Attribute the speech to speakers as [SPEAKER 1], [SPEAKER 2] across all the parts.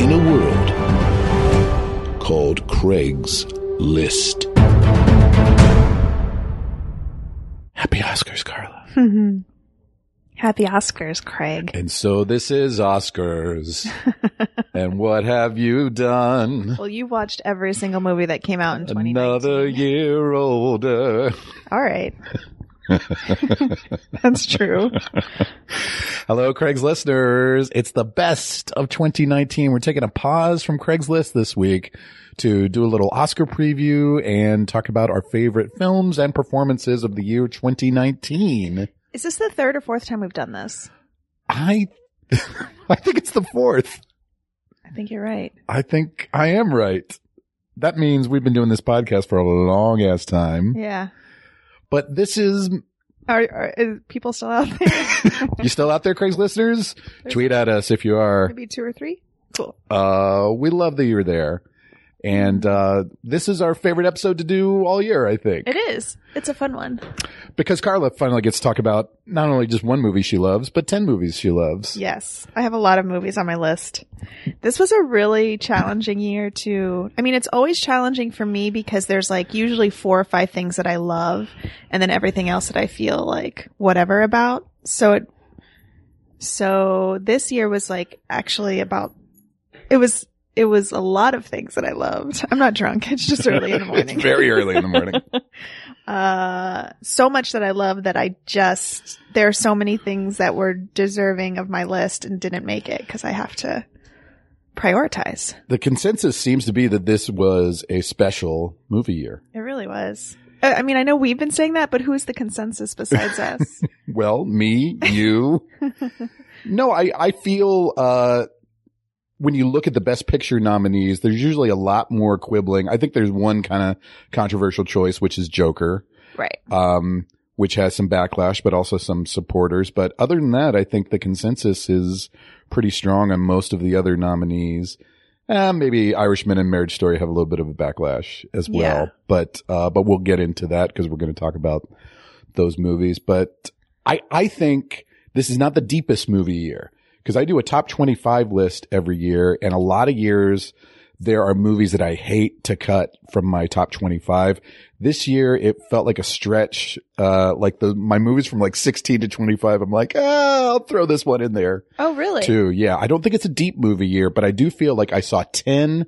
[SPEAKER 1] in a world called Craig's List. Happy Oscars, Carla.
[SPEAKER 2] Happy Oscars, Craig.
[SPEAKER 3] And so this is Oscars. and what have you done?
[SPEAKER 2] Well, you watched every single movie that came out in 2019.
[SPEAKER 3] Another year older.
[SPEAKER 2] All right. That's true.
[SPEAKER 3] Hello, Craig's listeners. It's the best of 2019. We're taking a pause from Craigslist this week to do a little Oscar preview and talk about our favorite films and performances of the year 2019.
[SPEAKER 2] Is this the third or fourth time we've done this?
[SPEAKER 3] I, I think it's the fourth.
[SPEAKER 2] I think you're right.
[SPEAKER 3] I think I am right. That means we've been doing this podcast for a long ass time,
[SPEAKER 2] Yeah.
[SPEAKER 3] but this is
[SPEAKER 2] Are, are is people still out there?
[SPEAKER 3] You still out there, Craig's listeners? Tweet at us if you are.
[SPEAKER 2] Maybe two or three? Cool.
[SPEAKER 3] Uh, we love that you're there. And uh, this is our favorite episode to do all year, I think,
[SPEAKER 2] It is. It's a fun one.
[SPEAKER 3] because Carla finally gets to talk about not only just one movie she loves, but ten movies she loves.
[SPEAKER 2] Yes. I have a lot of movies on my list. This was a really challenging year to, I mean, it's always challenging for me because there's like usually four or five things that I love and then everything else that I feel like whatever about. So it, so this year was like actually about, it was, it was a lot of things that I loved. I'm not drunk. It's just early in the morning.
[SPEAKER 3] it's very early in the morning.
[SPEAKER 2] Uh, so much that I love that I just there are so many things that were deserving of my list and didn't make it because I have to prioritize.
[SPEAKER 3] the consensus seems to be that this was a special movie year.
[SPEAKER 2] It really was. Uh, I I mean, I know we've been saying that, but who's the consensus besides us?
[SPEAKER 3] Well, me, you. no, I, I feel, uh, when you look at the best picture nominees, there's usually a lot more quibbling. I think there's one kind of controversial choice, which is Joker,
[SPEAKER 2] right.
[SPEAKER 3] um, which has some backlash, but also some supporters. But other than that, I think the consensus is pretty strong on most of the other nominees. Uh, maybe Irishman and Marriage Story have a little bit of a backlash as well,
[SPEAKER 2] Yeah.
[SPEAKER 3] but, uh, but we'll get into that because we're going to talk about those movies. But I, I think this is not the deepest movie year because I do a top 25 list every year and a lot of years there are movies that I hate to cut from my top 25. This year it felt like a stretch. Uh, like the, my movies from like 16 to 25, I'm like, ah, I'll throw this one in there
[SPEAKER 2] Oh, really?
[SPEAKER 3] too. Yeah. I don't think it's a deep movie year, but I do feel like I saw 10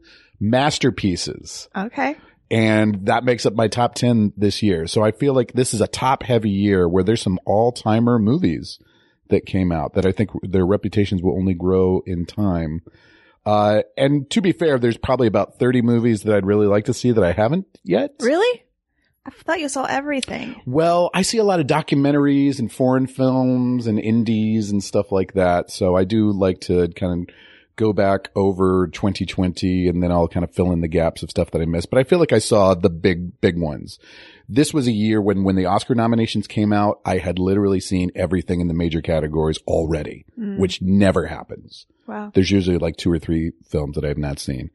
[SPEAKER 3] masterpieces
[SPEAKER 2] Okay.
[SPEAKER 3] and that makes up my top 10 this year. So I feel like this is a top heavy year where there's some all timer movies that came out that I think their reputations will only grow in time. Uh, and to be fair, there's probably about 30 movies that I'd really like to see that I haven't yet.
[SPEAKER 2] Really? I thought you saw everything.
[SPEAKER 3] Well, I see a lot of documentaries and foreign films and indies and stuff like that. So I do like to kind of go back over 2020 and then I'll kind of fill in the gaps of stuff that I missed. But I feel like I saw the big, big ones. This was a year when, when the Oscar nominations came out, I had literally seen everything in the major categories already,
[SPEAKER 2] Mm.
[SPEAKER 3] which never happens.
[SPEAKER 2] Wow.
[SPEAKER 3] There's usually like two or three films that I have not seen.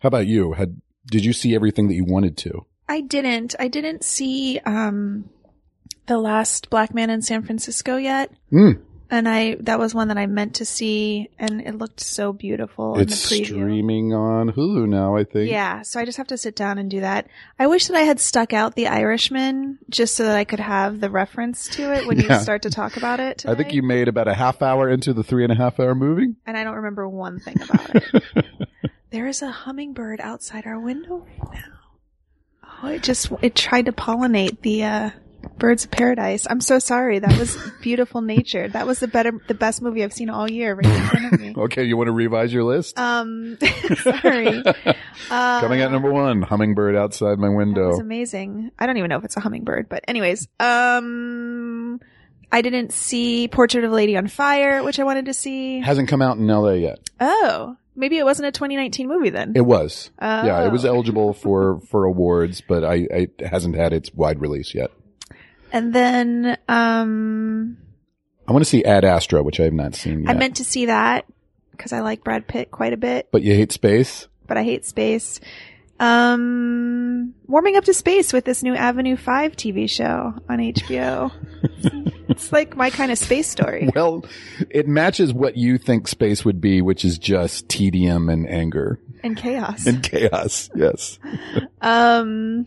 [SPEAKER 3] How about you? Had, did you see everything that you wanted to?
[SPEAKER 2] I didn't. I didn't see um the last black man in San Francisco yet.
[SPEAKER 3] Mm.
[SPEAKER 2] And I that was one that I meant to see and it looked so beautiful
[SPEAKER 3] It's
[SPEAKER 2] in the preview.
[SPEAKER 3] streaming on Hulu now, I think.
[SPEAKER 2] Yeah, so I just have to sit down and do that. I wish that I had stuck out The Irishman just so that I could have the reference to it when
[SPEAKER 3] Yeah.
[SPEAKER 2] you start to talk about it.
[SPEAKER 3] I think
[SPEAKER 2] tonight.
[SPEAKER 3] you made about a half hour into the three and a half hour movie.
[SPEAKER 2] and I don't remember one thing about it. there is a hummingbird outside our window right now. Oh, it just it tried to pollinate the uh, birds of paradise. I'm so sorry. That was beautiful nature. That was the better, the best movie I've seen all year. Right in front of me.
[SPEAKER 3] Okay, you want to revise your list?
[SPEAKER 2] Um, sorry. Uh,
[SPEAKER 3] Coming at number one, hummingbird outside my
[SPEAKER 2] That was
[SPEAKER 3] window.
[SPEAKER 2] amazing. I don't even know if it's a hummingbird, but anyways, um, I didn't see Portrait of a Lady on Fire, which I wanted to see.
[SPEAKER 3] Hasn't come out in LA yet.
[SPEAKER 2] Oh, Maybe it wasn't a 2019 movie then.
[SPEAKER 3] It was. Yeah,
[SPEAKER 2] Oh.
[SPEAKER 3] it was eligible for for awards, but I, I it hasn't had its wide release yet.
[SPEAKER 2] And then um,
[SPEAKER 3] I want to see Ad Astra, which I have not seen
[SPEAKER 2] I
[SPEAKER 3] yet.
[SPEAKER 2] meant to see that because I like Brad Pitt quite a bit,
[SPEAKER 3] but you hate space?
[SPEAKER 2] but I hate space. Um, warming up to space with this new Avenue Five TV show on HBO. it's like my kind of space story.
[SPEAKER 3] Well, it matches what you think space would be, which is just tedium and anger
[SPEAKER 2] and chaos.
[SPEAKER 3] and chaos. Yes.
[SPEAKER 2] Um,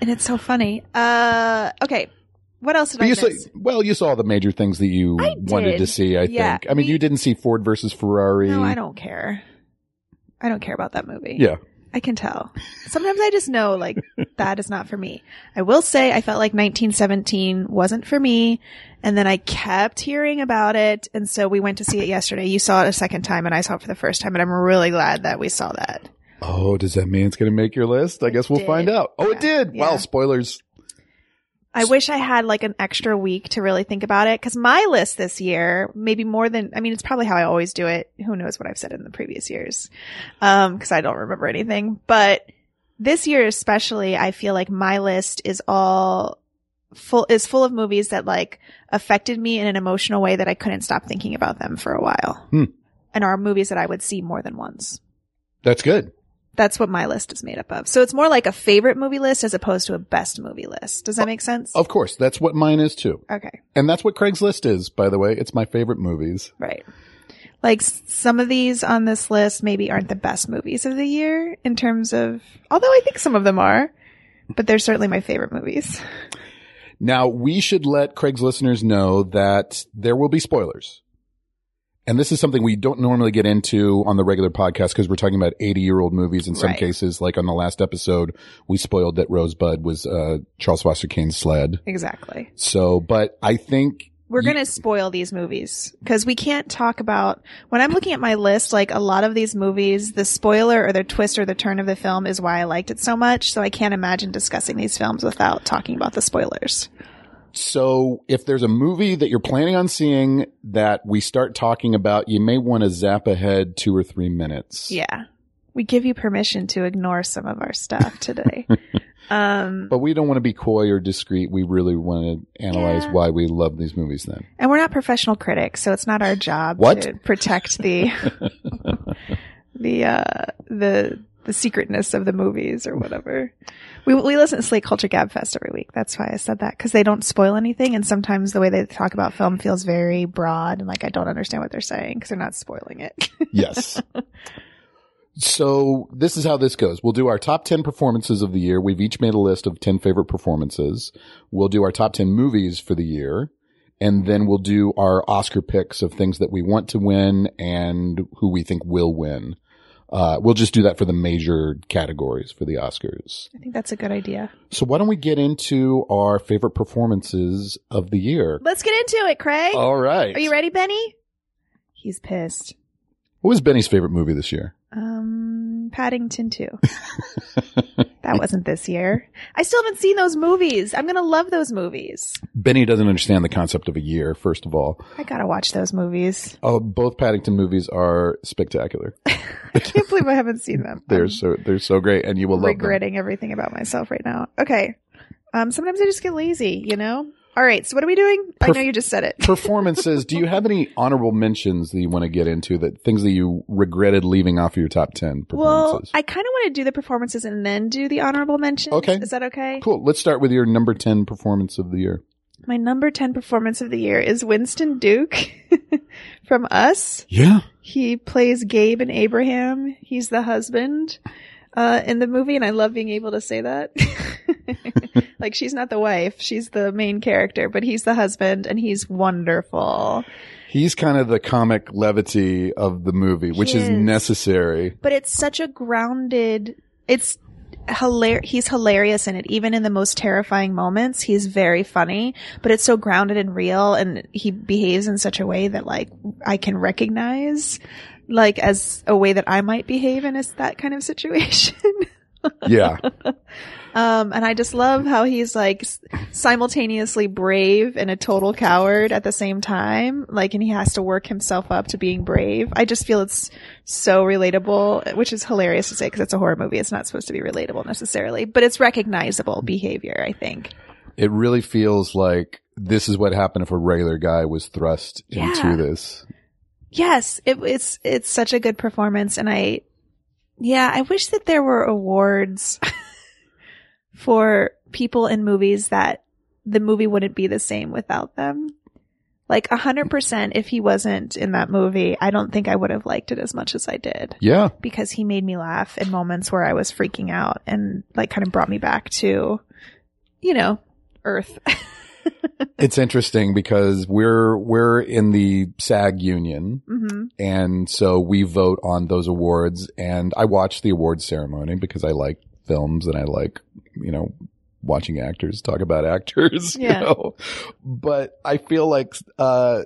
[SPEAKER 2] and it's so funny. Uh, okay. What else did
[SPEAKER 3] But
[SPEAKER 2] I
[SPEAKER 3] you
[SPEAKER 2] miss?
[SPEAKER 3] saw, well, you saw the major things that you
[SPEAKER 2] I
[SPEAKER 3] wanted
[SPEAKER 2] did.
[SPEAKER 3] to see, I
[SPEAKER 2] Yeah,
[SPEAKER 3] think. I mean,
[SPEAKER 2] we-
[SPEAKER 3] you didn't see Ford versus Ferrari.
[SPEAKER 2] no, I don't care. I don't care about that movie.
[SPEAKER 3] Yeah.
[SPEAKER 2] I can tell. Sometimes I just know, like, that is not for me. I will say I felt like 1917 wasn't for me. And then I kept hearing about it. And so we went to see it yesterday. You saw it a second time and I saw it for the first time. And I'm really glad that we saw that.
[SPEAKER 3] Oh, does that mean it's going to make your list? I guess we'll
[SPEAKER 2] did.
[SPEAKER 3] find out. Oh, it
[SPEAKER 2] Yeah.
[SPEAKER 3] did.
[SPEAKER 2] Yeah.
[SPEAKER 3] Wow. Spoilers.
[SPEAKER 2] I wish I had like an extra week to really think about it because my list this year, maybe more than, I mean, it's probably how I always do it. Who knows what I've said in the previous years? Um, cause I don't remember anything, but this year especially, I feel like my list is all full, is full of movies that like affected me in an emotional way that I couldn't stop thinking about them for a while
[SPEAKER 3] Hmm.
[SPEAKER 2] and are movies that I would see more than once.
[SPEAKER 3] That's good.
[SPEAKER 2] That's what my list is made up of. So it's more like a favorite movie list as opposed to a best movie list. Does that make sense?
[SPEAKER 3] Of course. That's what mine is too.
[SPEAKER 2] Okay.
[SPEAKER 3] And that's what Craigslist is, by the way. It's my favorite movies.
[SPEAKER 2] Right. Like s- some of these on this list maybe aren't the best movies of the year in terms of, although I think some of them are, but they're certainly my favorite movies.
[SPEAKER 3] Now, we should let Craig's listeners know that there will be spoilers. And this is something we don't normally get into on the regular podcast because we're talking about 80 year old movies. In some
[SPEAKER 2] Right.
[SPEAKER 3] cases, like on the last episode, we spoiled that Rosebud was uh, Charles Foster Kane's sled.
[SPEAKER 2] Exactly.
[SPEAKER 3] So, but I think
[SPEAKER 2] We're
[SPEAKER 3] Ye-
[SPEAKER 2] going to spoil these movies because we can't talk about, when I'm looking at my list, like a lot of these movies, the spoiler or the twist or the turn of the film is why I liked it so much. So I can't imagine discussing these films without talking about the spoilers.
[SPEAKER 3] So if there's a movie that you're planning on seeing that we start talking about, you may want to zap ahead two or three minutes.
[SPEAKER 2] Yeah. We give you permission to ignore some of our stuff today. um,
[SPEAKER 3] But we don't want to be coy or discreet. We really want to analyze
[SPEAKER 2] Yeah.
[SPEAKER 3] why we love these movies then.
[SPEAKER 2] And we're not professional critics, so it's not our job
[SPEAKER 3] What?
[SPEAKER 2] to protect the the uh, the the secretness of the movies or whatever. We we listen to Slate Culture Gabfest every week. That's why I said that because they don't spoil anything, and sometimes the way they talk about film feels very broad and like I don't understand what they're saying because they're not spoiling it.
[SPEAKER 3] Yes. so this is how this goes. We'll do our top 10 performances of the year. We've each made a list of 10 favorite performances. We'll do our top 10 movies for the year. And then we'll do our Oscar picks of things that we want to win and who we think will win. Uh, we'll just do that for the major categories for the Oscars.
[SPEAKER 2] I think that's a good idea.
[SPEAKER 3] So why don't we get into our favorite performances of the year?
[SPEAKER 2] Let's get into it, Craig.
[SPEAKER 3] All right.
[SPEAKER 2] Are you ready, Benny? He's pissed.
[SPEAKER 3] What was Benny's favorite movie this year?
[SPEAKER 2] Um, Paddington 2. that wasn't this year. I still haven't seen those movies. I'm going to love those movies.
[SPEAKER 3] Benny doesn't understand the concept of a year, first of all.
[SPEAKER 2] I got to watch those movies.
[SPEAKER 3] Oh, both Paddington movies are spectacular.
[SPEAKER 2] I can't believe I haven't seen them.
[SPEAKER 3] They're so they're so great, and you will
[SPEAKER 2] I'm
[SPEAKER 3] love
[SPEAKER 2] regretting everything about myself right now. Okay. Um, sometimes I just get lazy, you know? All right. So what are we doing? I
[SPEAKER 3] Perf-
[SPEAKER 2] know you just said it.
[SPEAKER 3] them. Performances. do you have any honorable mentions that you want to get into? That things that you regretted leaving off of your top ten
[SPEAKER 2] Well,
[SPEAKER 3] performances.
[SPEAKER 2] I kind of want to do the performances and then do the honorable mentions.
[SPEAKER 3] Okay.
[SPEAKER 2] Is that okay?
[SPEAKER 3] cool. Let's start with your number ten performance of the year.
[SPEAKER 2] My number 10 performance of the year is Winston Duke from Us.
[SPEAKER 3] Yeah,
[SPEAKER 2] He plays Gabe and Abraham. He's the husband uh, in the movie, and I love being able to say that. like, she's not the wife, she's the main character, but he's the husband, and he's wonderful.
[SPEAKER 3] he's kind of the comic levity of the movie, which
[SPEAKER 2] He
[SPEAKER 3] is.
[SPEAKER 2] is.
[SPEAKER 3] necessary.
[SPEAKER 2] But it's such a grounded, it's hilarious. He's hilarious in it, even in the most terrifying moments. He's very funny, but it's so grounded and real, and he behaves in such a way that, like, I can recognize. Like as a way that I might behave in a, that kind of situation.
[SPEAKER 3] Yeah,
[SPEAKER 2] Um, and I just love how he's like s- simultaneously brave and a total coward at the same time. Like, and he has to work himself up to being brave. I just feel it's so relatable, which is hilarious to say because it's a horror movie. It's not supposed to be relatable necessarily, but it's recognizable behavior, I think.
[SPEAKER 3] It really feels like this is what happened if a regular guy was thrust
[SPEAKER 2] Yeah.
[SPEAKER 3] into this.
[SPEAKER 2] Yes, it, it's it's such a good performance, and I, yeah, I wish that there were awards for people in movies that the movie wouldn't be the same without them. Like hundred percent, if he wasn't in that movie, I don't think I would have liked it as much as I did
[SPEAKER 3] Yeah.
[SPEAKER 2] because he made me laugh in moments where I was freaking out and like kind of brought me back to, you know, Earth.
[SPEAKER 3] It's interesting because we're we're in the SAG union
[SPEAKER 2] hmm
[SPEAKER 3] and so we vote on those awards and I watched the awards ceremony because I like films and I like, you know, watching actors talk about actors,
[SPEAKER 2] Yeah.
[SPEAKER 3] you know. But I feel like uh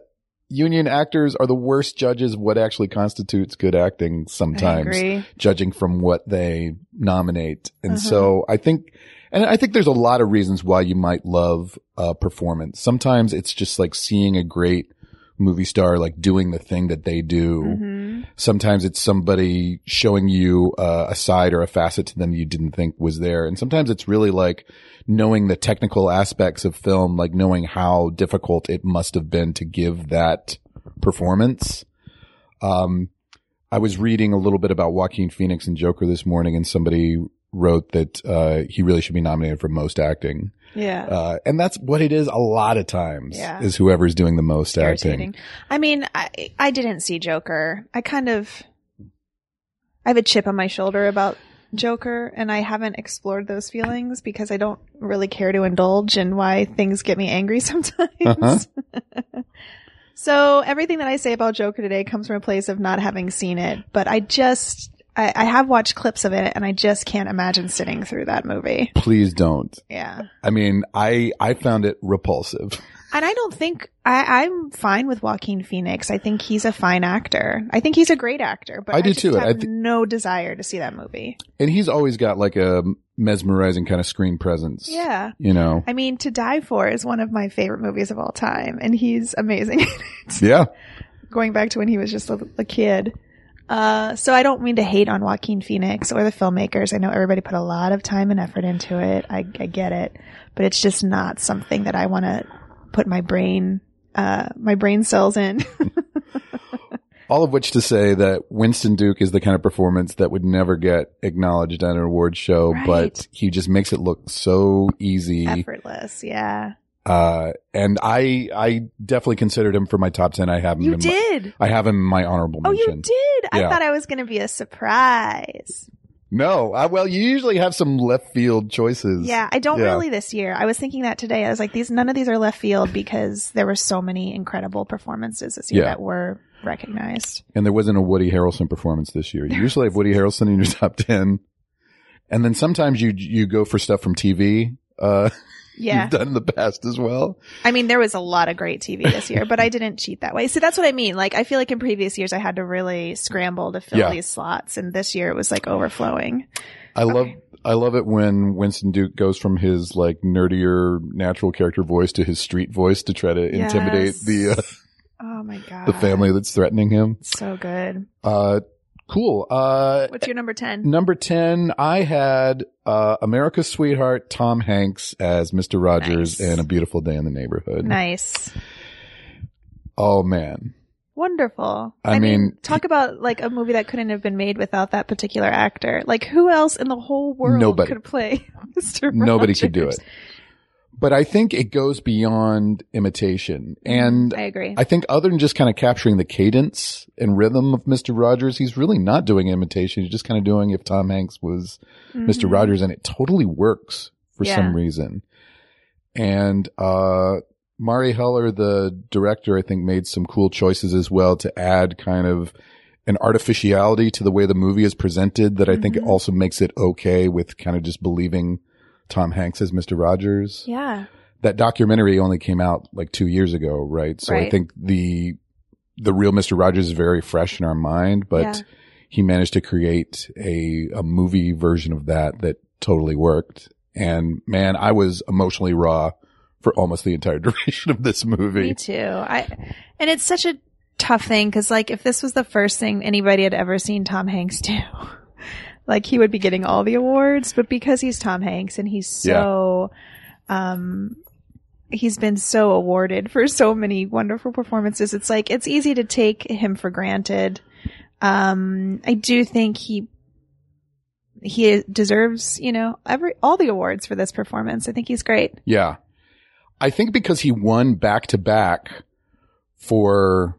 [SPEAKER 3] union actors are the worst judges of what actually constitutes good acting
[SPEAKER 2] I
[SPEAKER 3] sometimes
[SPEAKER 2] agree.
[SPEAKER 3] judging from what they nominate. And
[SPEAKER 2] Uh-huh.
[SPEAKER 3] so I think, and I think there's a lot of reasons why you might love a performance. Sometimes it's just like seeing a great movie star, like doing the thing that they do.
[SPEAKER 2] hmm
[SPEAKER 3] Sometimes it's somebody showing you uh, a side or a facet to them you didn't think was there. And sometimes it's really like knowing the technical aspects of film, like knowing how difficult it must have been to give that performance. Um, I was reading a little bit about Joaquin Phoenix and Joker this morning and somebody wrote that, uh, he really should be nominated for most acting.
[SPEAKER 2] Yeah.
[SPEAKER 3] Uh, and that's what it is a lot of times
[SPEAKER 2] Yeah.
[SPEAKER 3] is whoever's doing the most acting.
[SPEAKER 2] irritating. I mean, I I didn't see Joker. I kind of I have a chip on my shoulder about Joker, and I haven't explored those feelings because I don't really care to indulge in why things get me angry sometimes.
[SPEAKER 3] Uh-huh.
[SPEAKER 2] so everything that I say about Joker today comes from a place of not having seen it, but I just. I, I have watched clips of it and I just can't imagine sitting through that movie.
[SPEAKER 3] Please don't.
[SPEAKER 2] Yeah.
[SPEAKER 3] I mean, I, I found it repulsive.
[SPEAKER 2] And I don't think I, I'm fine with Joaquin Phoenix. I think he's a fine actor. I think he's a great actor. But I,
[SPEAKER 3] I do
[SPEAKER 2] just
[SPEAKER 3] too.
[SPEAKER 2] Have
[SPEAKER 3] I thi-
[SPEAKER 2] no desire to see that movie.
[SPEAKER 3] And he's always got like a mesmerizing kind of screen presence.
[SPEAKER 2] Yeah.
[SPEAKER 3] You know?
[SPEAKER 2] I mean, To Die For is one of my favorite movies of all time, and he's amazing.
[SPEAKER 3] Yeah.
[SPEAKER 2] Going back to when he was just a, a kid. Uh, so I don't mean to hate on Joaquin Phoenix or the filmmakers. I know everybody put a lot of time and effort into it. I, I get it, but it's just not something that I want to put my brain, uh, my brain cells in.
[SPEAKER 3] All of which to say that Winston Duke is the kind of performance that would never get acknowledged at an award show,
[SPEAKER 2] Right.
[SPEAKER 3] but he just makes it look so easy.
[SPEAKER 2] Effortless. Yeah.
[SPEAKER 3] Uh, and I, I definitely considered him for my top 10. I have him.
[SPEAKER 2] You
[SPEAKER 3] in my-
[SPEAKER 2] did.
[SPEAKER 3] I have him in my honorable
[SPEAKER 2] Oh,
[SPEAKER 3] mention.
[SPEAKER 2] you did. I
[SPEAKER 3] Yeah.
[SPEAKER 2] thought I was going to be a surprise.
[SPEAKER 3] No, I, well, you usually have some left field choices.
[SPEAKER 2] Yeah, I don't
[SPEAKER 3] yeah.
[SPEAKER 2] really this year. I was thinking that today. I was like, these none of these are left field because there were so many incredible performances this year
[SPEAKER 3] Yeah.
[SPEAKER 2] that were recognized.
[SPEAKER 3] And there wasn't a Woody Harrelson performance this year. You usually have Woody Harrelson in your top 10. And then sometimes you, you go for stuff from TV. Uh,
[SPEAKER 2] Yeah,
[SPEAKER 3] you've done in the past as well.
[SPEAKER 2] I mean, there was a lot of great TV this year, but I didn't cheat that way. So that's what I mean. Like, I feel like in previous years I had to really scramble to fill
[SPEAKER 3] Yeah.
[SPEAKER 2] these slots, and this year it was like overflowing.
[SPEAKER 3] I love, I love it when Winston Duke goes from his like nerdier natural character voice to his street voice to try to intimidate
[SPEAKER 2] Yes.
[SPEAKER 3] the, uh,
[SPEAKER 2] Oh my god,
[SPEAKER 3] the family that's threatening him.
[SPEAKER 2] so good.
[SPEAKER 3] Uh, cool. Uh,
[SPEAKER 2] What's your number ten?
[SPEAKER 3] Number 10, I had uh, America's Sweetheart Tom Hanks as Mr. Rogers
[SPEAKER 2] Nice.
[SPEAKER 3] in A Beautiful Day in the Neighborhood.
[SPEAKER 2] Nice.
[SPEAKER 3] Oh, man.
[SPEAKER 2] Wonderful.
[SPEAKER 3] I mean-
[SPEAKER 2] talk about like a movie that couldn't have been made without that particular actor. Like, who else in the whole world
[SPEAKER 3] Nobody.
[SPEAKER 2] could play Mr.
[SPEAKER 3] Nobody could do
[SPEAKER 2] Rogers?
[SPEAKER 3] it. But I think it goes beyond imitation. And
[SPEAKER 2] I agree.
[SPEAKER 3] I think other than just kind of capturing the cadence and rhythm of Mr. Rogers, he's really not doing imitation. He's just kind of doing if Tom Hanks was Mr.
[SPEAKER 2] Mhm.
[SPEAKER 3] Rogers, and it totally works for
[SPEAKER 2] Yeah.
[SPEAKER 3] some reason. And uh, Mari Heller, the director, I think made some cool choices as well to add kind of an artificiality to the way the movie is presented that I think
[SPEAKER 2] Mhm.
[SPEAKER 3] also makes it okay with kind of just believing Tom Hanks as Mr. Rogers
[SPEAKER 2] Yeah.
[SPEAKER 3] that documentary only came out like two years ago, right? So
[SPEAKER 2] Right.
[SPEAKER 3] I think the the real Mister Rogers is very fresh in our mind, but
[SPEAKER 2] Yeah.
[SPEAKER 3] he managed to create a a movie version of that that totally worked. And man, I was emotionally raw for almost the entire duration of this
[SPEAKER 2] Me
[SPEAKER 3] movie.
[SPEAKER 2] too. I and it's such a tough thing because like if this was the first thing anybody had ever seen Tom Hanks do, like he would be getting all the awards. But because he's Tom Hanks and he's so, um, he's been so awarded for so many wonderful performances. It's like it's easy to take him for granted. Um, I do think he he deserves you know every all the awards for this performance. I think he's great.
[SPEAKER 3] Yeah. I think because he won back to back for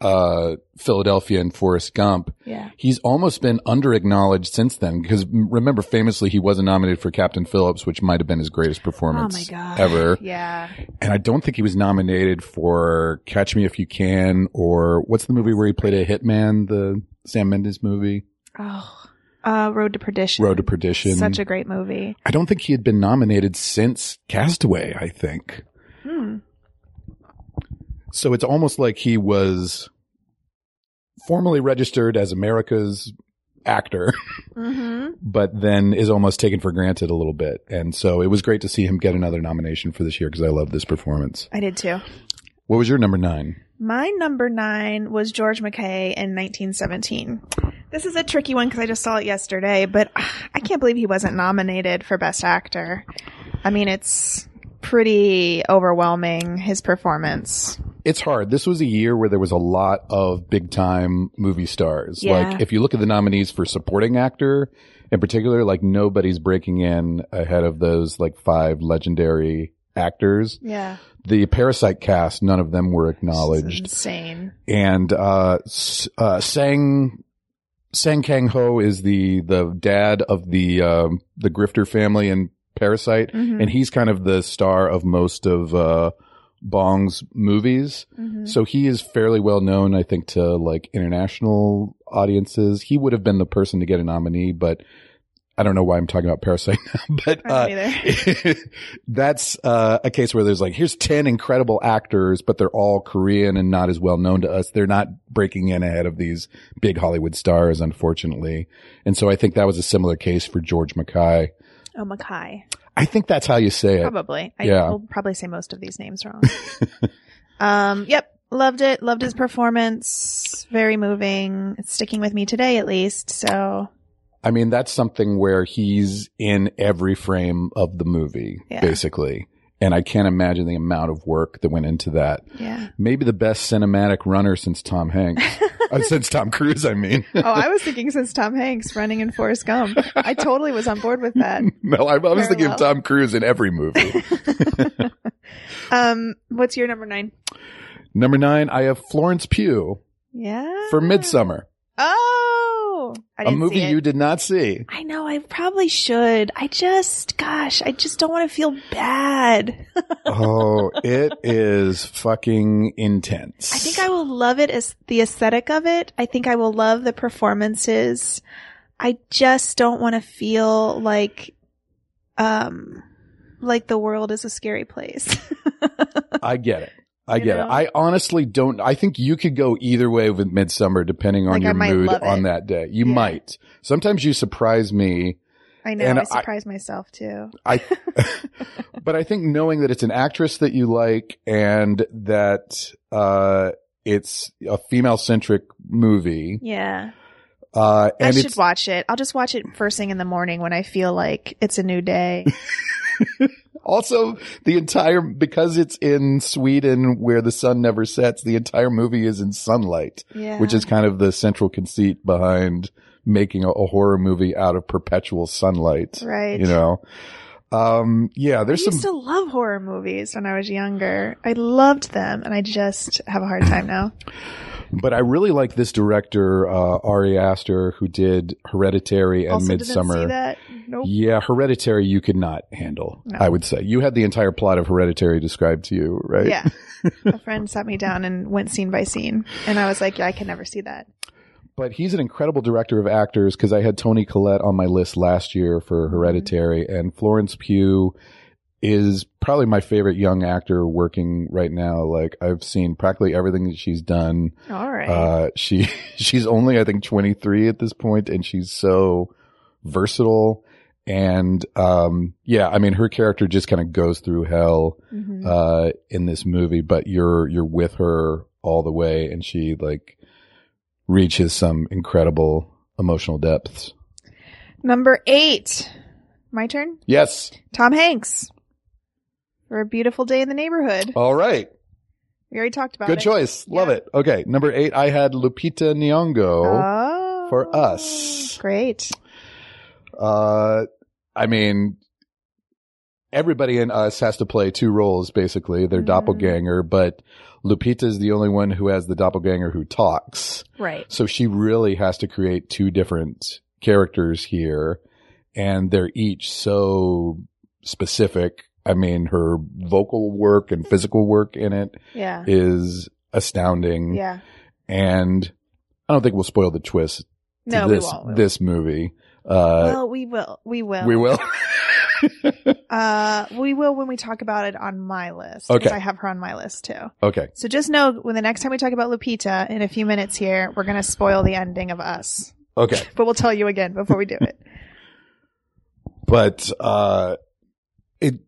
[SPEAKER 3] uh Philadelphia and Forrest Gump,
[SPEAKER 2] Yeah.
[SPEAKER 3] he's almost been under acknowledged since then because m- remember famously he wasn't nominated for Captain Phillips, which might have been his greatest
[SPEAKER 2] Oh
[SPEAKER 3] performance
[SPEAKER 2] my god.
[SPEAKER 3] ever.
[SPEAKER 2] Yeah.
[SPEAKER 3] And I don't think he was nominated for Catch Me If You Can or what's the movie where he played a hitman, the Sam Mendes movie,
[SPEAKER 2] Oh, uh, Road to Perdition.
[SPEAKER 3] Road to Perdition.
[SPEAKER 2] Such a great movie.
[SPEAKER 3] I don't think he had been nominated since Castaway, I think.
[SPEAKER 2] Hmm.
[SPEAKER 3] So it's almost like he was formally registered as America's actor,
[SPEAKER 2] hmm
[SPEAKER 3] but then is almost taken for granted a little bit. And so it was great to see him get another nomination for this year because I love this performance.
[SPEAKER 2] I did too.
[SPEAKER 3] What was your number nine?
[SPEAKER 2] My number nine was George McKay in 1917. This is a tricky one because I just saw it yesterday, but ah, I can't believe he wasn't nominated for Best Actor. I mean, it's pretty overwhelming, his performance.
[SPEAKER 3] It's hard. This was a year where there was a lot of big time movie stars.
[SPEAKER 2] Yeah.
[SPEAKER 3] Like if you look at the nominees for supporting actor in particular, like nobody's breaking in ahead of those like five legendary actors.
[SPEAKER 2] Yeah.
[SPEAKER 3] The Parasite cast, none of them were
[SPEAKER 2] It's
[SPEAKER 3] acknowledged.
[SPEAKER 2] insane.
[SPEAKER 3] and uh, S- uh, Sang Sang Kang Ho is the the dad of the um, the Grifter family in Parasite,
[SPEAKER 2] Mhm.
[SPEAKER 3] and he's kind of the star of most of uh, Bong's movies.
[SPEAKER 2] Mhm.
[SPEAKER 3] So he is fairly well known, I think, to like international audiences. He would have been the person to get a nominee, but I don't know why I'm talking about Parasite now. But
[SPEAKER 2] I don't
[SPEAKER 3] uh,
[SPEAKER 2] either.
[SPEAKER 3] that's uh, a case where there's like here's 10 incredible actors but they're all korean and not as well known to us they're not breaking in ahead of these big hollywood stars unfortunately and so i think that was a similar case for george mckay
[SPEAKER 2] Oh, Mackay.
[SPEAKER 3] i think that's how you say it
[SPEAKER 2] Probably. I
[SPEAKER 3] Yeah.
[SPEAKER 2] will probably say most of these names wrong. um, yep. Loved it. Loved his performance. Very moving. It's sticking with me today at least. So
[SPEAKER 3] i mean that's something where he's in every frame of the movie
[SPEAKER 2] Yeah.
[SPEAKER 3] basically and i can't imagine the amount of work that went into that
[SPEAKER 2] yeah.
[SPEAKER 3] maybe the best cinematic runner since tom hanks Uh, since tom cruise i mean
[SPEAKER 2] Oh, I was thinking since Tom Hanks running in Forrest Gump. I totally was on board with that.
[SPEAKER 3] No, I, I was
[SPEAKER 2] Very
[SPEAKER 3] thinking
[SPEAKER 2] well.
[SPEAKER 3] of Tom Cruise in every movie.
[SPEAKER 2] Um, what's your number nine?
[SPEAKER 3] Number nine, I have Florence Pugh
[SPEAKER 2] Yeah.
[SPEAKER 3] for Midsummer,
[SPEAKER 2] Oh, Mm. I
[SPEAKER 3] a
[SPEAKER 2] didn't
[SPEAKER 3] movie
[SPEAKER 2] see it.
[SPEAKER 3] you did not see.
[SPEAKER 2] I know. I probably should. I just, gosh, I just don't want to feel bad.
[SPEAKER 3] oh, it is fucking intense.
[SPEAKER 2] I think I will love it as the aesthetic of it. I think I will love the performances. I just don't want to feel like, um, like the world is a scary place.
[SPEAKER 3] I get it. I
[SPEAKER 2] You
[SPEAKER 3] get
[SPEAKER 2] know?
[SPEAKER 3] it. I honestly don't. I think you could go either way with Midsummer, depending on
[SPEAKER 2] Like, I
[SPEAKER 3] your
[SPEAKER 2] might
[SPEAKER 3] mood
[SPEAKER 2] love
[SPEAKER 3] on
[SPEAKER 2] it.
[SPEAKER 3] that day. You
[SPEAKER 2] Yeah.
[SPEAKER 3] might. Sometimes you surprise me.
[SPEAKER 2] I know.
[SPEAKER 3] And
[SPEAKER 2] I
[SPEAKER 3] I-
[SPEAKER 2] surprise myself too.
[SPEAKER 3] I, but I think knowing that it's an actress that you like and that uh, it's a female centric movie.
[SPEAKER 2] Yeah.
[SPEAKER 3] Uh,
[SPEAKER 2] I
[SPEAKER 3] and
[SPEAKER 2] should
[SPEAKER 3] it's,
[SPEAKER 2] watch it. I'll just watch it first thing in the morning when I feel like it's a new day.
[SPEAKER 3] Also, the entire, because it's in Sweden where the sun never sets, the entire movie is in sunlight,
[SPEAKER 2] Yeah.
[SPEAKER 3] which is kind of the central conceit behind making a, a horror movie out of perpetual sunlight.
[SPEAKER 2] right.
[SPEAKER 3] You know? Um, yeah, there's
[SPEAKER 2] I
[SPEAKER 3] some,
[SPEAKER 2] used to love horror movies when I was younger. I loved them and I just have a hard time now.
[SPEAKER 3] but I really like this director, uh, Ari Aster, who did Hereditary and
[SPEAKER 2] also
[SPEAKER 3] Midsummer.
[SPEAKER 2] didn't see that. Nope.
[SPEAKER 3] Yeah, Hereditary you could not handle,
[SPEAKER 2] No.
[SPEAKER 3] I would say. You had the entire plot of Hereditary described to you, right?
[SPEAKER 2] Yeah. a friend sat me down and went scene by scene. And I was like, yeah, I can never see that.
[SPEAKER 3] but he's an incredible director of actors because I had Tony Collette on my list last year for Hereditary, and Florence Pugh is probably my favorite young actor working right now. Like I've seen practically everything that she's done.
[SPEAKER 2] All right.
[SPEAKER 3] Uh, she she's only I think 23 at this point, and she's so versatile. And, um, yeah, I mean, her character just kind of goes through hell,
[SPEAKER 2] Mhm.
[SPEAKER 3] uh, in this movie, but you're, you're with her all the way and she like reaches some incredible emotional depths.
[SPEAKER 2] Number eight. My turn.
[SPEAKER 3] Yes.
[SPEAKER 2] Tom Hanks. For a beautiful day in the neighborhood.
[SPEAKER 3] All right.
[SPEAKER 2] We already talked about
[SPEAKER 3] Good
[SPEAKER 2] it.
[SPEAKER 3] choice. Love
[SPEAKER 2] Yeah.
[SPEAKER 3] it. Okay. Number eight, I had Lupita Nyongo.
[SPEAKER 2] Oh,
[SPEAKER 3] for us.
[SPEAKER 2] Great.
[SPEAKER 3] Uh, I mean, everybody in us has to play two roles, basically. They're
[SPEAKER 2] Mhm.
[SPEAKER 3] doppelganger, but Lupita is the only one who has the doppelganger who talks.
[SPEAKER 2] Right.
[SPEAKER 3] So she really has to create two different characters here, and they're each so specific. I mean, her vocal work and physical work in it
[SPEAKER 2] Yeah.
[SPEAKER 3] is astounding.
[SPEAKER 2] Yeah.
[SPEAKER 3] And I don't think we'll spoil the twist to
[SPEAKER 2] No,
[SPEAKER 3] this
[SPEAKER 2] we won't. We
[SPEAKER 3] this movie. Uh,
[SPEAKER 2] well, we will. We will.
[SPEAKER 3] we will.
[SPEAKER 2] Uh, we will when we talk about it on my list.
[SPEAKER 3] Okay.
[SPEAKER 2] Because I have her on my list too.
[SPEAKER 3] okay.
[SPEAKER 2] So just know when the next time we talk about Lupita in a few minutes here, we're going to spoil the ending of us.
[SPEAKER 3] Okay.
[SPEAKER 2] But we'll tell you again before we do it.
[SPEAKER 3] but uh it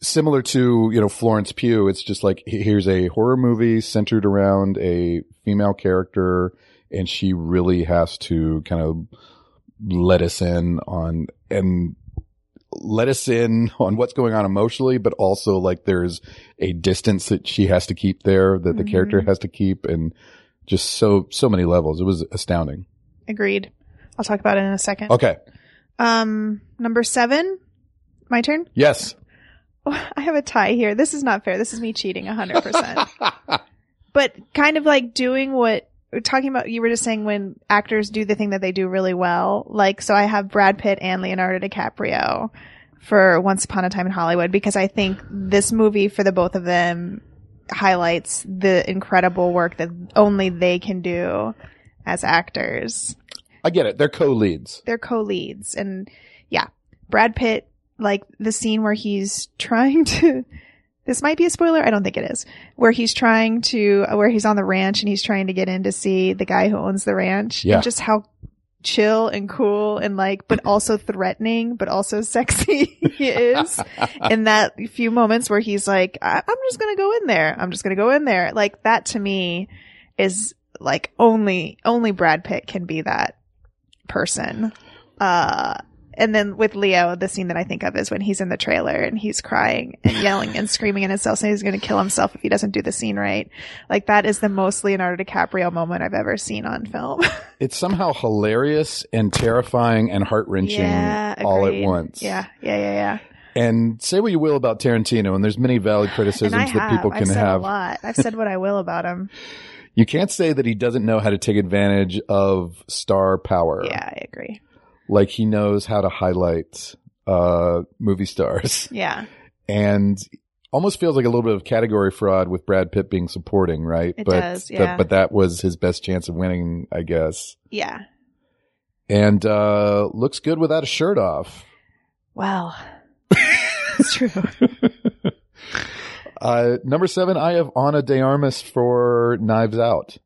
[SPEAKER 3] similar to you know Florence Pugh it's just like he- here's a horror movie centered around a female character and she really has to kind of let us in on and let us in on what's going on emotionally but also like there's a distance that she has to keep there that the
[SPEAKER 2] Mhm.
[SPEAKER 3] character has to keep and just so so many levels it was astounding
[SPEAKER 2] Agreed. I'll talk about it in a second.
[SPEAKER 3] okay
[SPEAKER 2] Um, number seven. My turn.
[SPEAKER 3] yes
[SPEAKER 2] I have a tie here. This is not fair. This is me cheating 100%. but kind of like doing what talking about you were just saying when actors do the thing that they do really well. Like so I have Brad Pitt and Leonardo DiCaprio for Once Upon a Time in Hollywood because I think this movie for the both of them highlights the incredible work that only they can do as actors
[SPEAKER 3] i get it they're co-leads
[SPEAKER 2] they're co-leads and yeah brad pitt like the scene where he's trying to this might be a spoiler i don't think it is where he's trying to where he's on the ranch and he's trying to get in to see the guy who owns the ranch
[SPEAKER 3] Yeah.
[SPEAKER 2] and just how chill and cool and like but also threatening but also sexy he is in that few moments where he's like I- i'm just gonna go in there i'm just gonna go in there like that to me is like only only brad pitt can be that person uh and then with leo the scene that i think of is when he's in the trailer and he's crying and yelling and screaming at himself saying he's gonna kill himself if he doesn't do the scene right like that is the most leonardo dicaprio moment i've ever seen on film
[SPEAKER 3] it's somehow hilarious and terrifying and heart wrenching
[SPEAKER 2] Yeah,
[SPEAKER 3] all at
[SPEAKER 2] agreed.
[SPEAKER 3] once.
[SPEAKER 2] yeah yeah yeah yeah
[SPEAKER 3] And say what you will about Tarantino, and there's many valid criticisms
[SPEAKER 2] and I
[SPEAKER 3] that
[SPEAKER 2] have.
[SPEAKER 3] people
[SPEAKER 2] I've
[SPEAKER 3] can
[SPEAKER 2] said
[SPEAKER 3] have.
[SPEAKER 2] a lot. I've said what I will about him.
[SPEAKER 3] You can't say that he doesn't know how to take advantage of star power.
[SPEAKER 2] Yeah, I agree.
[SPEAKER 3] Like he knows how to highlight uh movie stars.
[SPEAKER 2] Yeah,
[SPEAKER 3] And almost feels like a little bit of category fraud with Brad Pitt being supporting, right?
[SPEAKER 2] It
[SPEAKER 3] but
[SPEAKER 2] does,
[SPEAKER 3] the-
[SPEAKER 2] yeah.
[SPEAKER 3] but that was his best chance of winning, I guess.
[SPEAKER 2] yeah.
[SPEAKER 3] And uh looks good without a shirt off.
[SPEAKER 2] Well, it's true.
[SPEAKER 3] Uh, number seven, I have Ana de Armas for Knives Out.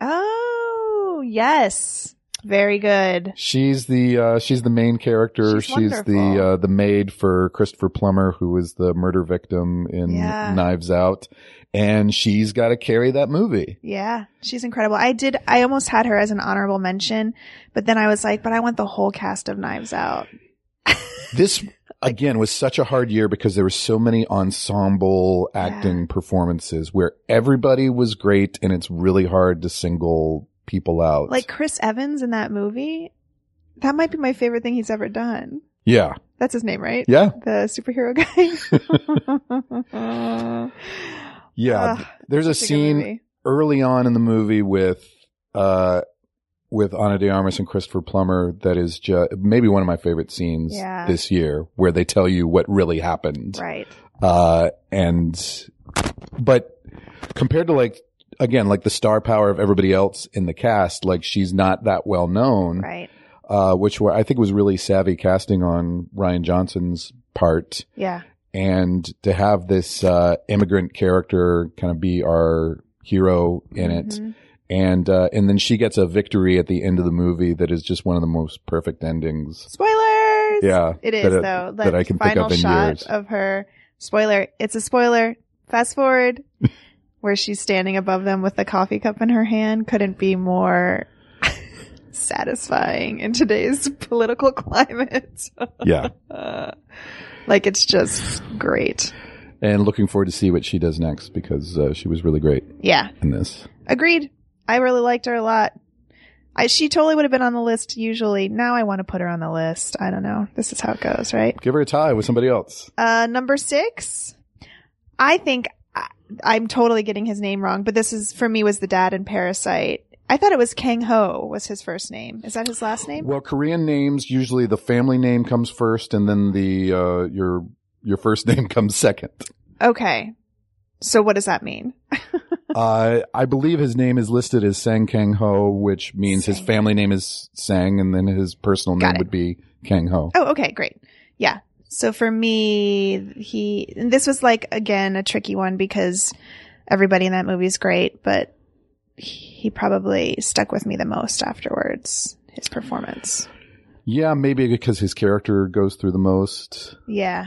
[SPEAKER 2] Oh yes, very good.
[SPEAKER 3] She's the uh, she's the main character.
[SPEAKER 2] She's
[SPEAKER 3] the
[SPEAKER 2] wonderful.
[SPEAKER 3] uh, the maid for Christopher Plummer, who was the murder victim in
[SPEAKER 2] Yeah.
[SPEAKER 3] Knives Out, and she's got to carry that movie.
[SPEAKER 2] Yeah, she's incredible. I did. I almost had her as an honorable mention, but then I was like, but I want the whole cast of Knives Out.
[SPEAKER 3] This again was such a hard year because there were so many ensemble acting performances where everybody was great, and it's really hard to single people out.
[SPEAKER 2] Like Chris Evans in that movie. That might be my favorite thing he's ever done.
[SPEAKER 3] yeah,
[SPEAKER 2] That's his name, right?
[SPEAKER 3] yeah,
[SPEAKER 2] The superhero guy.
[SPEAKER 3] yeah.
[SPEAKER 2] Ugh,
[SPEAKER 3] There's a
[SPEAKER 2] Such a good
[SPEAKER 3] scene
[SPEAKER 2] movie.
[SPEAKER 3] early on in the movie with uh with Ana de Armas and Christopher Plummer that is just maybe one of my favorite scenes
[SPEAKER 2] Yeah.
[SPEAKER 3] this year where they tell you what really happened.
[SPEAKER 2] Right.
[SPEAKER 3] Uh and but compared to like again like the star power of everybody else in the cast like she's not that well known
[SPEAKER 2] Right.
[SPEAKER 3] uh which wa- I think was really savvy casting on Ryan Johnson's part
[SPEAKER 2] Yeah.
[SPEAKER 3] and to have this uh immigrant character kind of be our hero in it
[SPEAKER 2] Mhm.
[SPEAKER 3] and uh, and then she gets a victory at the end of the movie that is just one of the most perfect endings.
[SPEAKER 2] Spoilers.
[SPEAKER 3] Yeah,
[SPEAKER 2] It is
[SPEAKER 3] that I-
[SPEAKER 2] though.
[SPEAKER 3] that I can pick
[SPEAKER 2] final
[SPEAKER 3] up in
[SPEAKER 2] shot
[SPEAKER 3] years.
[SPEAKER 2] of her spoiler. It's a spoiler. Fast forward where she's standing above them with the coffee cup in her hand couldn't be more satisfying in today's political climate.
[SPEAKER 3] Yeah,
[SPEAKER 2] Uh, like it's just great.
[SPEAKER 3] and looking forward to see what she does next because uh, she was really great
[SPEAKER 2] Yeah.
[SPEAKER 3] in this.
[SPEAKER 2] Agreed. I really liked her a lot. I, she totally would have been on the list usually. Now I want to put her on the list. I don't know. This is how it goes, right?
[SPEAKER 3] Give her a tie with somebody else.
[SPEAKER 2] Uh, number six, I think I, I'm totally getting his name wrong, but this is for me was the dad in Parasite. I thought it was Kang Ho was his first name. Is that his last name?
[SPEAKER 3] Well, Korean names usually the family name comes first, and then the uh, your your first name comes second.
[SPEAKER 2] Okay. So what does that mean?
[SPEAKER 3] uh, I believe his name is listed as Sang Kang Ho, which means his
[SPEAKER 2] Sang.
[SPEAKER 3] family name is Sang, and then his personal
[SPEAKER 2] Got
[SPEAKER 3] name
[SPEAKER 2] it.
[SPEAKER 3] would be Kang Ho.
[SPEAKER 2] Oh, okay, great. Yeah. So for me, he and this was like again a tricky one because everybody in that movie is great, but he probably stuck with me the most afterwards. His performance.
[SPEAKER 3] Yeah, maybe because his character goes through the most.
[SPEAKER 2] Yeah.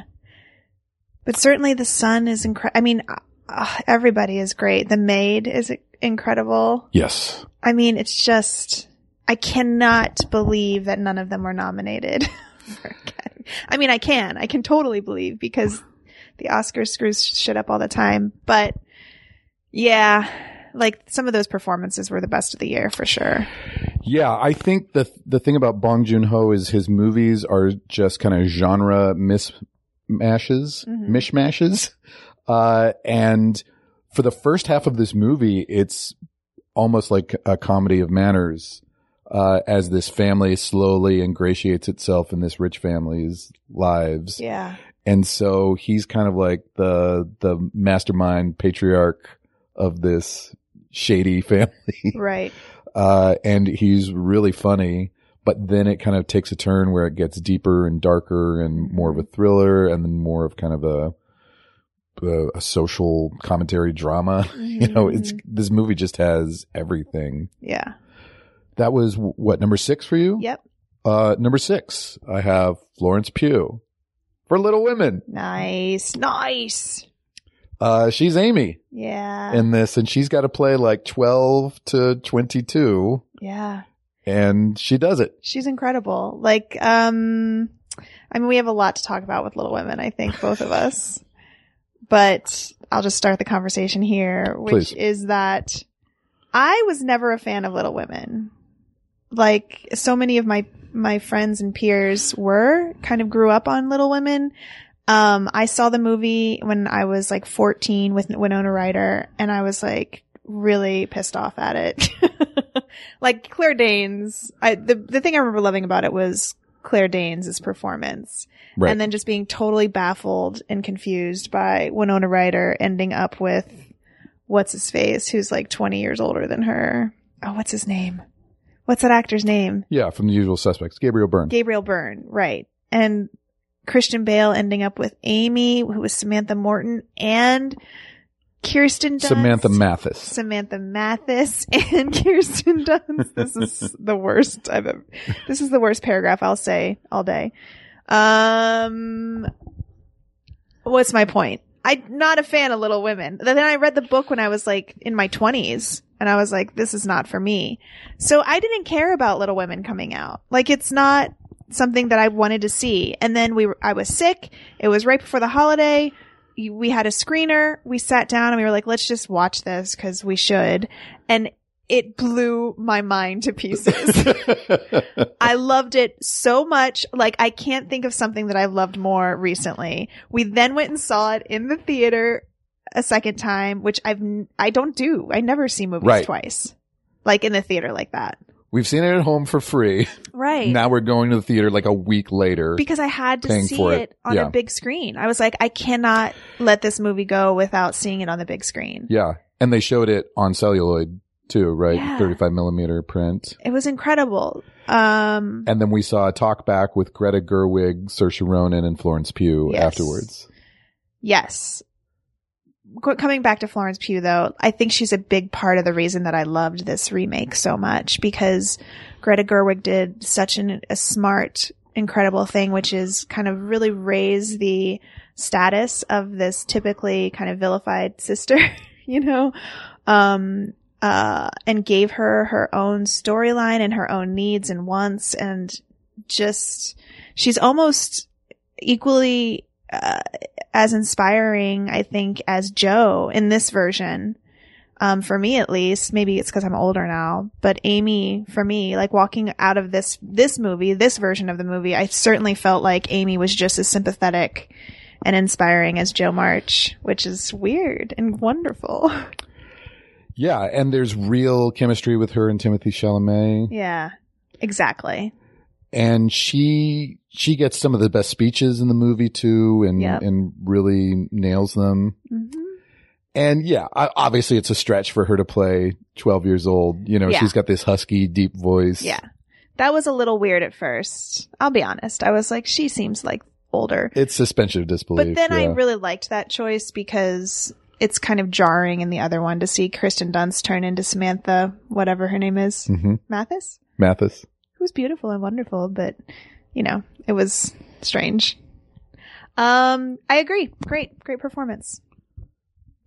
[SPEAKER 2] But certainly the son is incredible. I mean, uh, uh, everybody is great. The maid is i- incredible.
[SPEAKER 3] Yes.
[SPEAKER 2] I mean, it's just, I cannot believe that none of them were nominated. for Academy. I mean, I can. I can totally believe because the Oscar screws shit up all the time. But yeah, like some of those performances were the best of the year for sure.
[SPEAKER 3] Yeah, I think the the thing about Bong Joon Ho is his movies are just kind of genre mismashes,
[SPEAKER 2] Mhm.
[SPEAKER 3] mishmashes, uh, and for the first half of this movie, it's almost like a comedy of manners. Uh, as this family slowly ingratiates itself in this rich family's lives,
[SPEAKER 2] Yeah.
[SPEAKER 3] and so he's kind of like the the mastermind patriarch of this shady family
[SPEAKER 2] Right.
[SPEAKER 3] uh, and he's really funny. But then it kind of takes a turn where it gets deeper and darker and more of a thriller, and then more of kind of a a, a social commentary drama. You know, it's this movie just has everything.
[SPEAKER 2] Mm-hmm. yeah.
[SPEAKER 3] That was what number six for you?
[SPEAKER 2] Yep.
[SPEAKER 3] Uh, number six, I have Florence Pugh for Little Women.
[SPEAKER 2] Nice. Nice.
[SPEAKER 3] Uh, she's Amy
[SPEAKER 2] Yeah.
[SPEAKER 3] in this, and she's got to play like twelve to twenty-two,
[SPEAKER 2] yeah.
[SPEAKER 3] and she does it.
[SPEAKER 2] She's incredible. Like, um, I mean, we have a lot to talk about with Little Women, I think, both of us. But I'll just start the conversation here, which
[SPEAKER 3] Please.
[SPEAKER 2] is that I was never a fan of Little Women. Like, so many of my, my friends and peers were kind of grew up on Little Women. Um, I saw the movie when I was like 14 with Winona Ryder and I was like really pissed off at it. like Claire Danes, I, the, the thing I remember loving about it was Claire Danes' performance.
[SPEAKER 3] Right.
[SPEAKER 2] And then just being totally baffled and confused by Winona Ryder ending up with what's his face, who's like 20 years older than her. Oh, what's his name? What's that actor's name?
[SPEAKER 3] Yeah, from the usual suspects. Gabriel Byrne.
[SPEAKER 2] Gabriel Byrne, right. And Christian Bale ending up with Amy, who was Samantha Morton, and Kirsten Dunst.
[SPEAKER 3] Samantha Mathis.
[SPEAKER 2] Samantha Mathis and Kirsten Dunst. This is the worst I've ever. This is the worst paragraph I'll say all day. Um, what's my point? I'm not a fan of Little Women. Then I read the book when I was like in my 20s, and I was like, this is not for me. So I didn't care about Little Women coming out. Like it's not something that I wanted to see. And then we, were, I was sick. It was right before the holiday. You- We had a screener. We sat down and we were like, let's just watch this because we should. And it blew my mind to pieces. I loved it so much. Like I can't think of something that I've loved more recently. We then went and saw it in the theater a second time, which I've n- I don't do. I never see movies
[SPEAKER 3] Right.
[SPEAKER 2] twice, like in the theater like that.
[SPEAKER 3] We've seen it at home for free.
[SPEAKER 2] Right.
[SPEAKER 3] Now we're going to the theater like a week later.
[SPEAKER 2] because I had to
[SPEAKER 3] paying
[SPEAKER 2] see
[SPEAKER 3] for
[SPEAKER 2] it,
[SPEAKER 3] it.
[SPEAKER 2] on
[SPEAKER 3] Yeah.
[SPEAKER 2] a big screen. I was like, I cannot let this movie go without seeing it on the big screen.
[SPEAKER 3] yeah. And they showed it on celluloid too, right?
[SPEAKER 2] Yeah.
[SPEAKER 3] 35 millimeter print.
[SPEAKER 2] It was incredible. Um,
[SPEAKER 3] And then we saw a talk back with Greta Gerwig, Saoirse Ronan, and Florence Pugh
[SPEAKER 2] Yes.
[SPEAKER 3] afterwards.
[SPEAKER 2] yes. go- coming back to Florence Pugh though, I think she's a big part of the reason that I loved this remake so much because Greta Gerwig did such an, a smart, incredible thing, which is kind of really raise the status of this typically kind of vilified sister, you know, um, uh, and gave her her own storyline and her own needs and wants and just, she's almost equally, uh, as inspiring, I think, as Joe in this version. Um, for me at least, maybe it's because I'm older now, but Amy, for me, like walking out of this, this movie, this version of the movie, I certainly felt like Amy was just as sympathetic and inspiring as Joe March, which is weird and wonderful.
[SPEAKER 3] Yeah, and there's real chemistry with her and Timothy Chalamet,
[SPEAKER 2] yeah. Exactly.
[SPEAKER 3] and she she gets some of the best speeches in the movie too, and
[SPEAKER 2] Yep.
[SPEAKER 3] and really nails them.
[SPEAKER 2] hmm
[SPEAKER 3] And yeah, I, obviously it's a stretch for her to play 12 years old. You know,
[SPEAKER 2] Yeah.
[SPEAKER 3] she's got this husky, deep voice.
[SPEAKER 2] Yeah. That was a little weird at first. I'll be honest. I was like, she seems like older.
[SPEAKER 3] It's suspension of disbelief.
[SPEAKER 2] But then I
[SPEAKER 3] yeah.
[SPEAKER 2] really liked that choice because it's kind of jarring in the other one to see Kristen Dunst turn into Samantha, whatever her name is,
[SPEAKER 3] Mhm.
[SPEAKER 2] Mathis,
[SPEAKER 3] Mathis.
[SPEAKER 2] who's beautiful and wonderful, but you know, it was strange. Um, I agree. Great, great performance.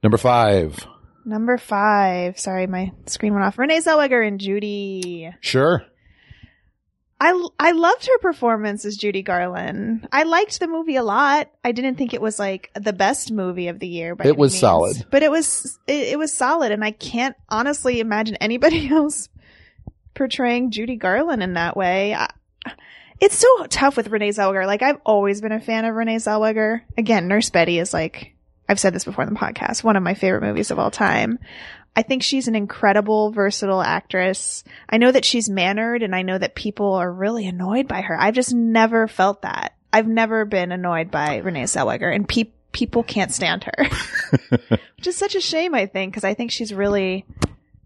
[SPEAKER 3] Number five.
[SPEAKER 2] Number five. Sorry, my screen went off. Renee Zellweger and Judy.
[SPEAKER 3] Sure.
[SPEAKER 2] I, I loved her performance as Judy Garland. I liked the movie a lot. I didn't think it was like the best movie of the year, but
[SPEAKER 3] It was solid.
[SPEAKER 2] But it was it, it was solid, and I can't honestly imagine anybody else portraying Judy Garland in that way. I, it's so tough with Renee Zellweger. Like I've always been a fan of Renee Zellweger. Again, Nurse Betty is like I've said this before in the podcast, one of my favorite movies of all time. I think she's an incredible, versatile actress. I know that she's mannered and I know that people are really annoyed by her. I've just never felt that. I've never been annoyed by Renee Zellweger and pe- people can't stand her. Which is such a shame, I think, because I think she's really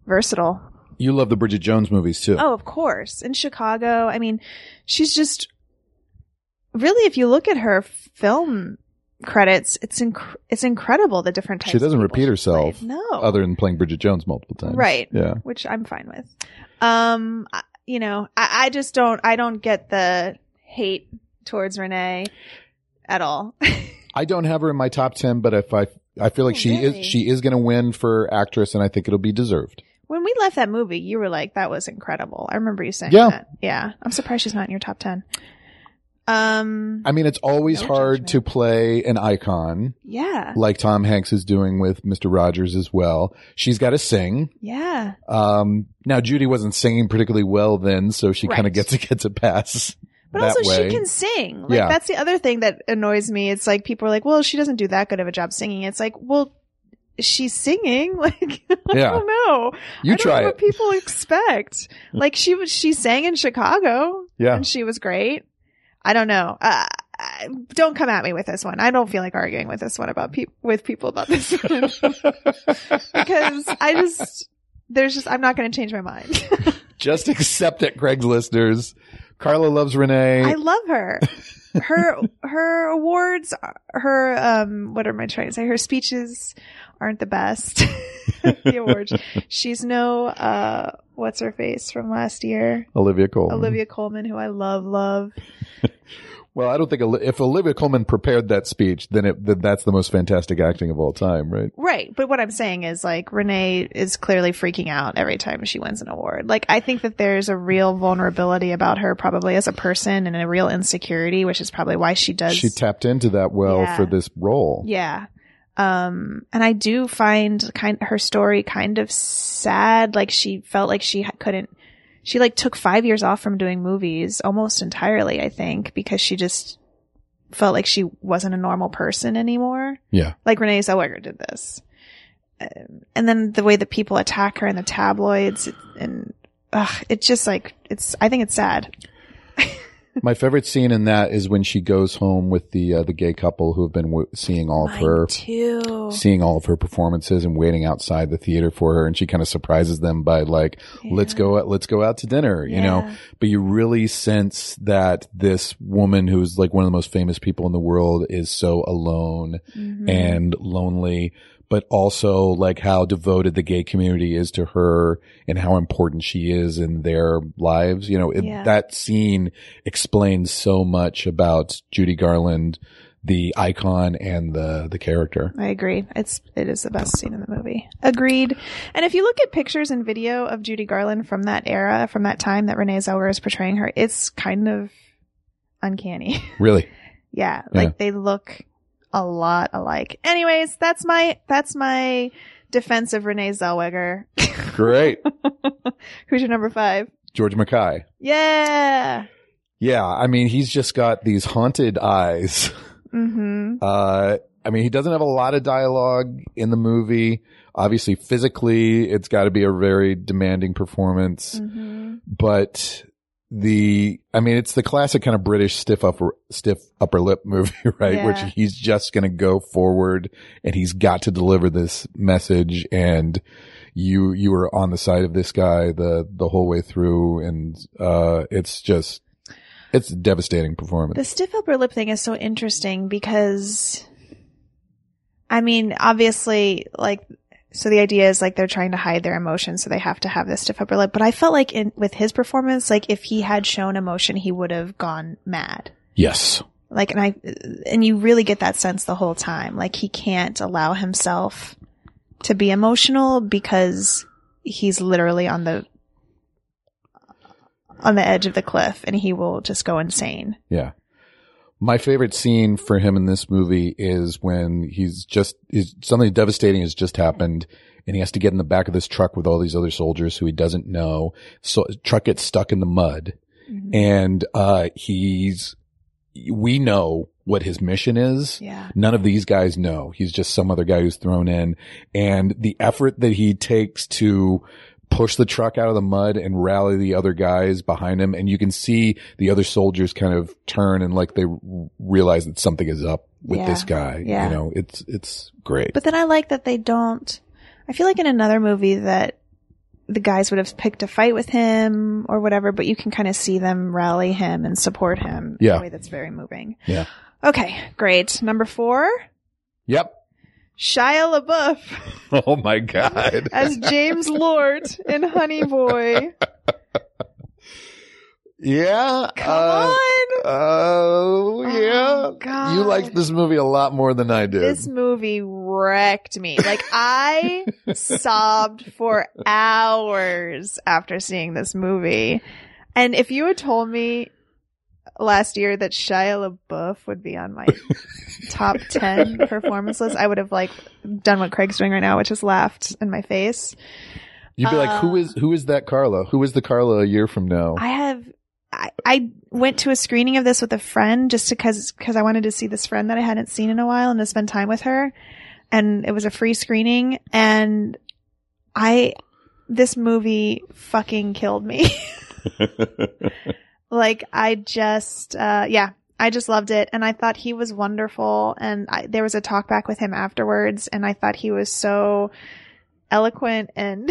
[SPEAKER 2] versatile.
[SPEAKER 3] You love the Bridget Jones movies too.
[SPEAKER 2] Oh, of course. In Chicago, I mean, she's just really, if you look at her film credits, it's inc- it's incredible the different types.
[SPEAKER 3] She doesn't
[SPEAKER 2] of
[SPEAKER 3] repeat
[SPEAKER 2] people she's
[SPEAKER 3] herself
[SPEAKER 2] played. No,
[SPEAKER 3] Other than playing Bridget Jones multiple times.
[SPEAKER 2] Right.
[SPEAKER 3] Yeah.
[SPEAKER 2] which I'm fine with. Um, I- you know, I, I just don't, I don't get the hate towards Renee at all.
[SPEAKER 3] I don't have her in my top 10, but if I, I feel like
[SPEAKER 2] Oh,
[SPEAKER 3] she
[SPEAKER 2] really?
[SPEAKER 3] is, she is going to win for actress and I think it'll be deserved.
[SPEAKER 2] when we left that movie, you were like, "That was incredible." I remember you saying
[SPEAKER 3] Yeah.
[SPEAKER 2] that. Yeah, I'm surprised she's not in your top ten. Um,
[SPEAKER 3] I mean, it's always
[SPEAKER 2] No
[SPEAKER 3] hard
[SPEAKER 2] judgment.
[SPEAKER 3] to play an icon
[SPEAKER 2] yeah,
[SPEAKER 3] like Tom Hanks is doing with Mr. Rogers as well. She's got to sing.
[SPEAKER 2] yeah.
[SPEAKER 3] Um, now Judy wasn't singing particularly well then, so she kind
[SPEAKER 2] Right.
[SPEAKER 3] of gets a gets a pass.
[SPEAKER 2] But
[SPEAKER 3] that
[SPEAKER 2] also,
[SPEAKER 3] way.
[SPEAKER 2] she can sing. Like
[SPEAKER 3] Yeah.
[SPEAKER 2] that's the other thing that annoys me. It's like people are like, "Well, she doesn't do that good of a job singing." It's like, well, she's singing. Like, I
[SPEAKER 3] Yeah,
[SPEAKER 2] don't know.
[SPEAKER 3] you
[SPEAKER 2] I don't know
[SPEAKER 3] try it.
[SPEAKER 2] What people expect? like she was, she sang in Chicago,
[SPEAKER 3] yeah,
[SPEAKER 2] and she was great. I don't know. Uh, I- don't come at me with this one. I don't feel like arguing with this one about peop with people about this one because I just there's just I'm not going to change my mind.
[SPEAKER 3] just accept it, Craig's listeners. Carla loves Renee.
[SPEAKER 2] I love her. Her her awards, her um, what am I trying to say? Her speeches aren't the best. the awards. She's no uh, what's her face from last year.
[SPEAKER 3] Olivia Colman.
[SPEAKER 2] Olivia Coleman, who I love, love.
[SPEAKER 3] Well, I don't think Oli- if Olivia Colman prepared that speech, then it then that's the most fantastic acting of all time, right?
[SPEAKER 2] Right. But what I'm saying is like Renee is clearly freaking out every time she wins an award. Like I think that there's a real vulnerability about her probably as a person and a real insecurity, which is probably why she does
[SPEAKER 3] She tapped into that well
[SPEAKER 2] Yeah.
[SPEAKER 3] for this role.
[SPEAKER 2] Yeah. Um, and I do find kind her story kind of sad. Like she felt like she ha- couldn't, she like took five years off from doing movies almost entirely, I think, because she just felt like she wasn't a normal person anymore.
[SPEAKER 3] Yeah.
[SPEAKER 2] Like Renee Zellweger did this. Um, and then the way that people attack her in the tabloids and, ugh, it's just like, it's, I think it's sad.
[SPEAKER 3] My favorite scene in that is when she goes home with the uh, the gay couple who have been w- seeing all of her
[SPEAKER 2] too.
[SPEAKER 3] seeing all of her performances and waiting outside the theater for her and she kind of surprises them by like let's go out let's go out to dinner you know
[SPEAKER 2] Yeah.
[SPEAKER 3] but you really sense that this woman who's
[SPEAKER 2] Mm-hmm.
[SPEAKER 3] like one of the most famous people in the world is so alone and lonely but also like how devoted the gay community is to her and how important she is in their lives. You know, it,
[SPEAKER 2] Yeah.
[SPEAKER 3] that scene explains so much about Judy Garland, the icon and the, the character.
[SPEAKER 2] I agree. It's it is the best scene in the movie. Agreed. And if you look at pictures and video of Judy Garland from that era, from that time that Renee Zellweger is portraying her, it's kind of uncanny.
[SPEAKER 3] Really?
[SPEAKER 2] yeah,
[SPEAKER 3] Yeah.
[SPEAKER 2] like they look a lot alike. Anyways, that's my that's my defense of Renee Zellweger.
[SPEAKER 3] Great.
[SPEAKER 2] Who's your number 5?
[SPEAKER 3] George Mackay.
[SPEAKER 2] Yeah.
[SPEAKER 3] Yeah. I mean, he's just got these haunted eyes.
[SPEAKER 2] Mhm.
[SPEAKER 3] Uh, I mean, he doesn't have a lot of dialogue in the movie. Obviously, physically, it's got to be a very demanding performance.
[SPEAKER 2] Mhm.
[SPEAKER 3] But the, I mean, it's the classic kind of British stiff upper, stiff upper lip movie, right?
[SPEAKER 2] Yeah.
[SPEAKER 3] Which he's just going to go forward and he's got to deliver this message. And you, you were on the side of this guy the, the whole way through. And, uh, it's just, it's a devastating performance.
[SPEAKER 2] The stiff upper lip thing is so interesting because, I mean, obviously, like, so the idea is like they're trying to hide their emotions, so they have to have this stiff upper lip. But I felt like in with his performance, like if he had shown emotion, he would have gone mad.
[SPEAKER 3] yes.
[SPEAKER 2] Like, and I, and you really get that sense the whole time. Like he can't allow himself to be emotional because he's literally on the on the edge of the cliff, and he will just go insane.
[SPEAKER 3] Yeah. My favorite scene for him in this movie is when he's just is something devastating has just happened and he has to get in the back of this truck with all these other soldiers who he doesn't know. So truck gets stuck in the mud Mm-hmm. and uh he's we know what his mission is.
[SPEAKER 2] Yeah.
[SPEAKER 3] None of these guys know. He's just some other guy who's thrown in. And the effort that he takes to push the truck out of the mud and rally the other guys behind him. And you can see the other soldiers kind of turn and like they r- realize that something is up with
[SPEAKER 2] Yeah.
[SPEAKER 3] this guy.
[SPEAKER 2] Yeah.
[SPEAKER 3] You know, it's, it's great.
[SPEAKER 2] But then I like that they don't. I feel like in another movie that the guys would have picked a fight with him or whatever, but you can kind of see them rally him and support him in
[SPEAKER 3] Yeah.
[SPEAKER 2] a way that's very moving.
[SPEAKER 3] Yeah.
[SPEAKER 2] Okay, great. Number four,
[SPEAKER 3] yep.
[SPEAKER 2] Shia LaBeouf
[SPEAKER 3] Oh my God.
[SPEAKER 2] as James Lord in Honey Boy.
[SPEAKER 3] yeah.
[SPEAKER 2] Come
[SPEAKER 3] uh,
[SPEAKER 2] on.
[SPEAKER 3] Oh, yeah.
[SPEAKER 2] God.
[SPEAKER 3] You liked this movie a lot more than I did.
[SPEAKER 2] This movie wrecked me. Like I sobbed for hours after seeing this movie. And if you had told me last year that Shia LaBeouf would be on my top 10 performance list, I would have like done what Craig's doing right now, which is laughed in my face.
[SPEAKER 3] You'd be like, who
[SPEAKER 2] Uh,
[SPEAKER 3] is who is that Carla? Who is the Carla a year from now?
[SPEAKER 2] I have I, I went to a screening of this with a friend just because because I wanted to see this friend that I hadn't seen in a while and to spend time with her, and it was a free screening and I this movie fucking killed me. like I just uh, yeah. I just loved it and I thought he was wonderful and I, there was a talk back with him afterwards and I thought he was so eloquent and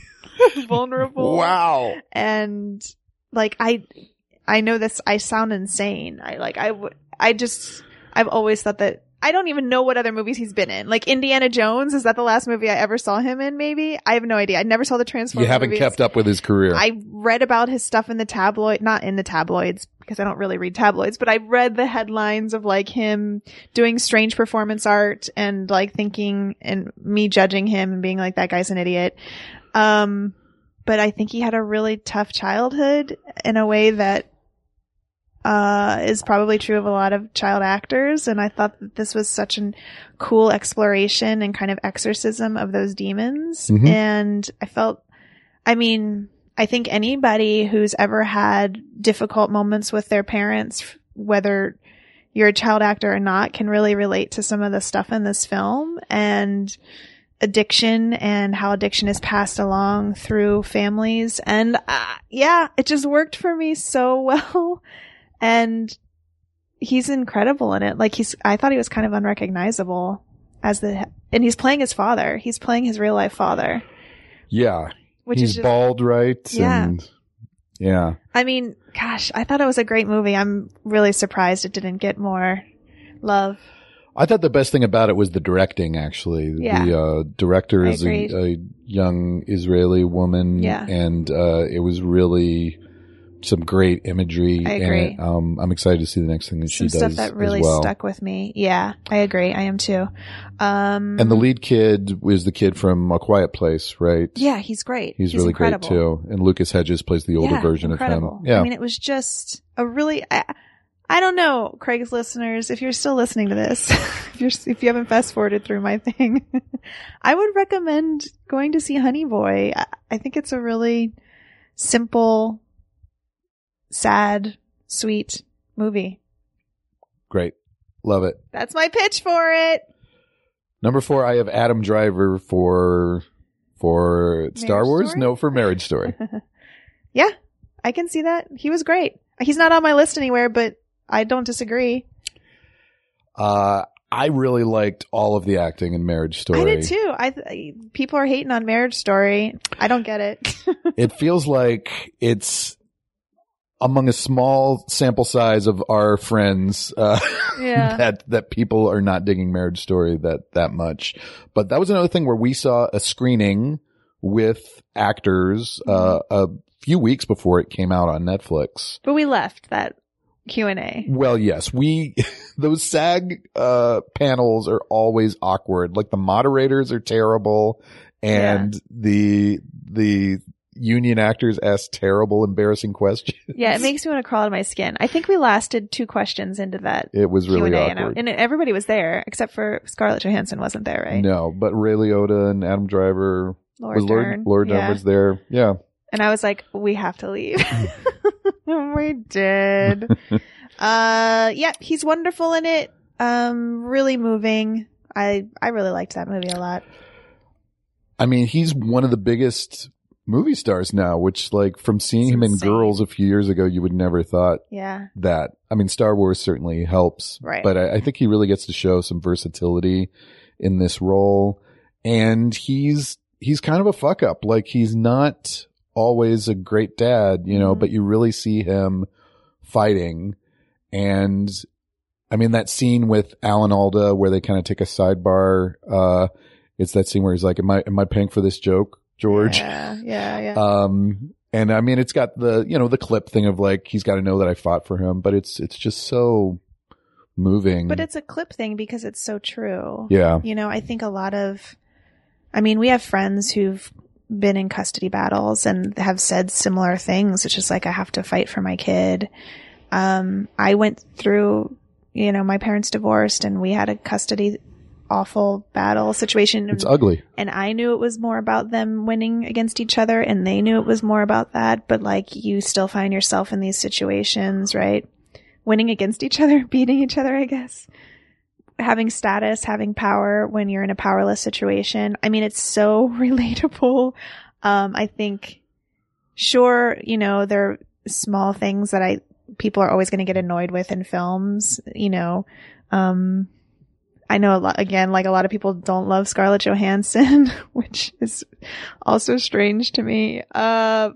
[SPEAKER 2] vulnerable
[SPEAKER 3] wow.
[SPEAKER 2] and like i i know this i sound insane i like i w- i just i've always thought that i don't even know what other movies he's been in like indiana jones is that the last movie i ever saw him in maybe i have no idea i never saw the
[SPEAKER 3] You
[SPEAKER 2] transformers
[SPEAKER 3] haven't
[SPEAKER 2] movies.
[SPEAKER 3] kept up with his career.
[SPEAKER 2] i read about his stuff in the tabloid not in the tabloids because i don't really read tabloids but i read the headlines of like him doing strange performance art and like thinking and me judging him and being like that guy's an idiot um, but I think he had a really tough childhood in a way that uh, is probably true of a lot of child actors. And I thought that this was such a cool exploration and kind of exorcism of those demons.
[SPEAKER 3] Mhm.
[SPEAKER 2] And I felt, I mean, I think anybody who's ever had difficult moments with their parents, f- whether you're a child actor or not, can really relate to some of the stuff in this film. And addiction and how addiction is passed along through families. And uh, yeah, it just worked for me so well. And he's incredible in it. Like he's, I thought he was kind of unrecognizable as the, and he's playing his father. He's playing his real life father,
[SPEAKER 3] yeah.
[SPEAKER 2] which
[SPEAKER 3] he's
[SPEAKER 2] is, just,
[SPEAKER 3] bald, right?
[SPEAKER 2] Yeah.
[SPEAKER 3] And yeah.
[SPEAKER 2] I mean, gosh, I thought it was a great movie. I'm really surprised it didn't get more love.
[SPEAKER 3] I thought the best thing about it was the directing. Actually,
[SPEAKER 2] Yeah.
[SPEAKER 3] the uh, director
[SPEAKER 2] I
[SPEAKER 3] is a,
[SPEAKER 2] agreed.
[SPEAKER 3] a young Israeli woman,
[SPEAKER 2] Yeah.
[SPEAKER 3] and uh, it was really some great imagery.
[SPEAKER 2] I
[SPEAKER 3] in
[SPEAKER 2] agree.
[SPEAKER 3] it. Um, I'm excited to see the next thing that
[SPEAKER 2] Some
[SPEAKER 3] she
[SPEAKER 2] stuff
[SPEAKER 3] does
[SPEAKER 2] that really
[SPEAKER 3] as well.
[SPEAKER 2] stuck with me. Yeah, I agree. I am too. Um,
[SPEAKER 3] And the lead kid was the kid from A Quiet Place, right?
[SPEAKER 2] yeah, he's great.
[SPEAKER 3] He's, really
[SPEAKER 2] incredible.
[SPEAKER 3] great too. And Lucas Hedges plays the older
[SPEAKER 2] Yeah,
[SPEAKER 3] version
[SPEAKER 2] incredible.
[SPEAKER 3] of him. Yeah.
[SPEAKER 2] I mean, it was just a really. I, I don't know, Craig's listeners, if you're still listening to this, if you're if you haven't fast forwarded through my thing, I would recommend going to see Honey Boy. I, I think it's a really simple, sad, sweet movie.
[SPEAKER 3] great. Love it.
[SPEAKER 2] That's my pitch for it.
[SPEAKER 3] Number four, I have Adam Driver for for Star
[SPEAKER 2] Marriage
[SPEAKER 3] Wars.
[SPEAKER 2] Story?
[SPEAKER 3] No, for Marriage Story.
[SPEAKER 2] I can see that. He was great. He's not on my list anywhere, but I don't disagree.
[SPEAKER 3] uh, I really liked all of the acting in Marriage Story.
[SPEAKER 2] I did too. I, I people are hating on Marriage Story. I don't get it.
[SPEAKER 3] It feels like it's among a small sample size of our friends uh,
[SPEAKER 2] Yeah.
[SPEAKER 3] that that people are not digging Marriage Story that that much. But that was another thing where we saw a screening with actors
[SPEAKER 2] Mm-hmm.
[SPEAKER 3] uh, a few weeks before it came out on Netflix.
[SPEAKER 2] But we left that Q and A.
[SPEAKER 3] Well, yes, we those SAG uh, panels are always awkward. Like the moderators are terrible, and the the union actors ask terrible, embarrassing questions.
[SPEAKER 2] Yeah, it makes me want to crawl out of my skin. I think we lasted two questions into that
[SPEAKER 3] It was
[SPEAKER 2] Q
[SPEAKER 3] really
[SPEAKER 2] and A,
[SPEAKER 3] awkward.
[SPEAKER 2] and everybody was there except for Scarlett Johansson wasn't there, right?
[SPEAKER 3] No, but Ray Liotta and Adam Driver
[SPEAKER 2] Laura
[SPEAKER 3] was Lord
[SPEAKER 2] Dern.
[SPEAKER 3] Lord Dern
[SPEAKER 2] Yeah.
[SPEAKER 3] was there. Yeah,
[SPEAKER 2] And I was like, we have to leave. we did. uh, yeah, he's wonderful in it. Um, really moving. I I really liked that movie a lot.
[SPEAKER 3] I mean he's one of the biggest movie stars now. Which like from seeing
[SPEAKER 2] It's
[SPEAKER 3] him in
[SPEAKER 2] insane.
[SPEAKER 3] Girls a few years ago, you would never thought
[SPEAKER 2] Yeah,
[SPEAKER 3] that. I mean, Star Wars certainly helps,
[SPEAKER 2] Right.
[SPEAKER 3] But I, I think he really gets to show some versatility in this role, and he's he's kind of a fuck up. Like he's not always a great dad, you know.
[SPEAKER 2] Mhm.
[SPEAKER 3] But you really see him fighting, and I mean that scene with Alan Alda where they kind of take a sidebar. Uh, it's that scene where he's like, "Am I am I paying for this joke, George?"
[SPEAKER 2] Yeah, yeah, yeah.
[SPEAKER 3] Um, and I mean, it's got the you know the clip thing of like he's got to know that I fought for him, but it's it's just so moving.
[SPEAKER 2] but it's a clip thing because it's so true.
[SPEAKER 3] yeah,
[SPEAKER 2] You know, I think a lot of, I mean, we have friends who've been in custody battles and have said similar things. It's just like, I have to fight for my kid. Um, I went through, you know, my parents divorced and we had a custody awful battle situation.
[SPEAKER 3] it's ugly.
[SPEAKER 2] and I knew it was more about them winning against each other and they knew it was more about that. But like, you still find yourself in these situations, right? Winning against each other, beating each other, I guess having status, having power when you're in a powerless situation. I mean, it's so relatable. Um, I think, sure, you know, there are small things that I, people are always going to get annoyed with in films, you know, um, I know a lot, again, like a lot of people don't love Scarlett Johansson, which is also strange to me. Uh,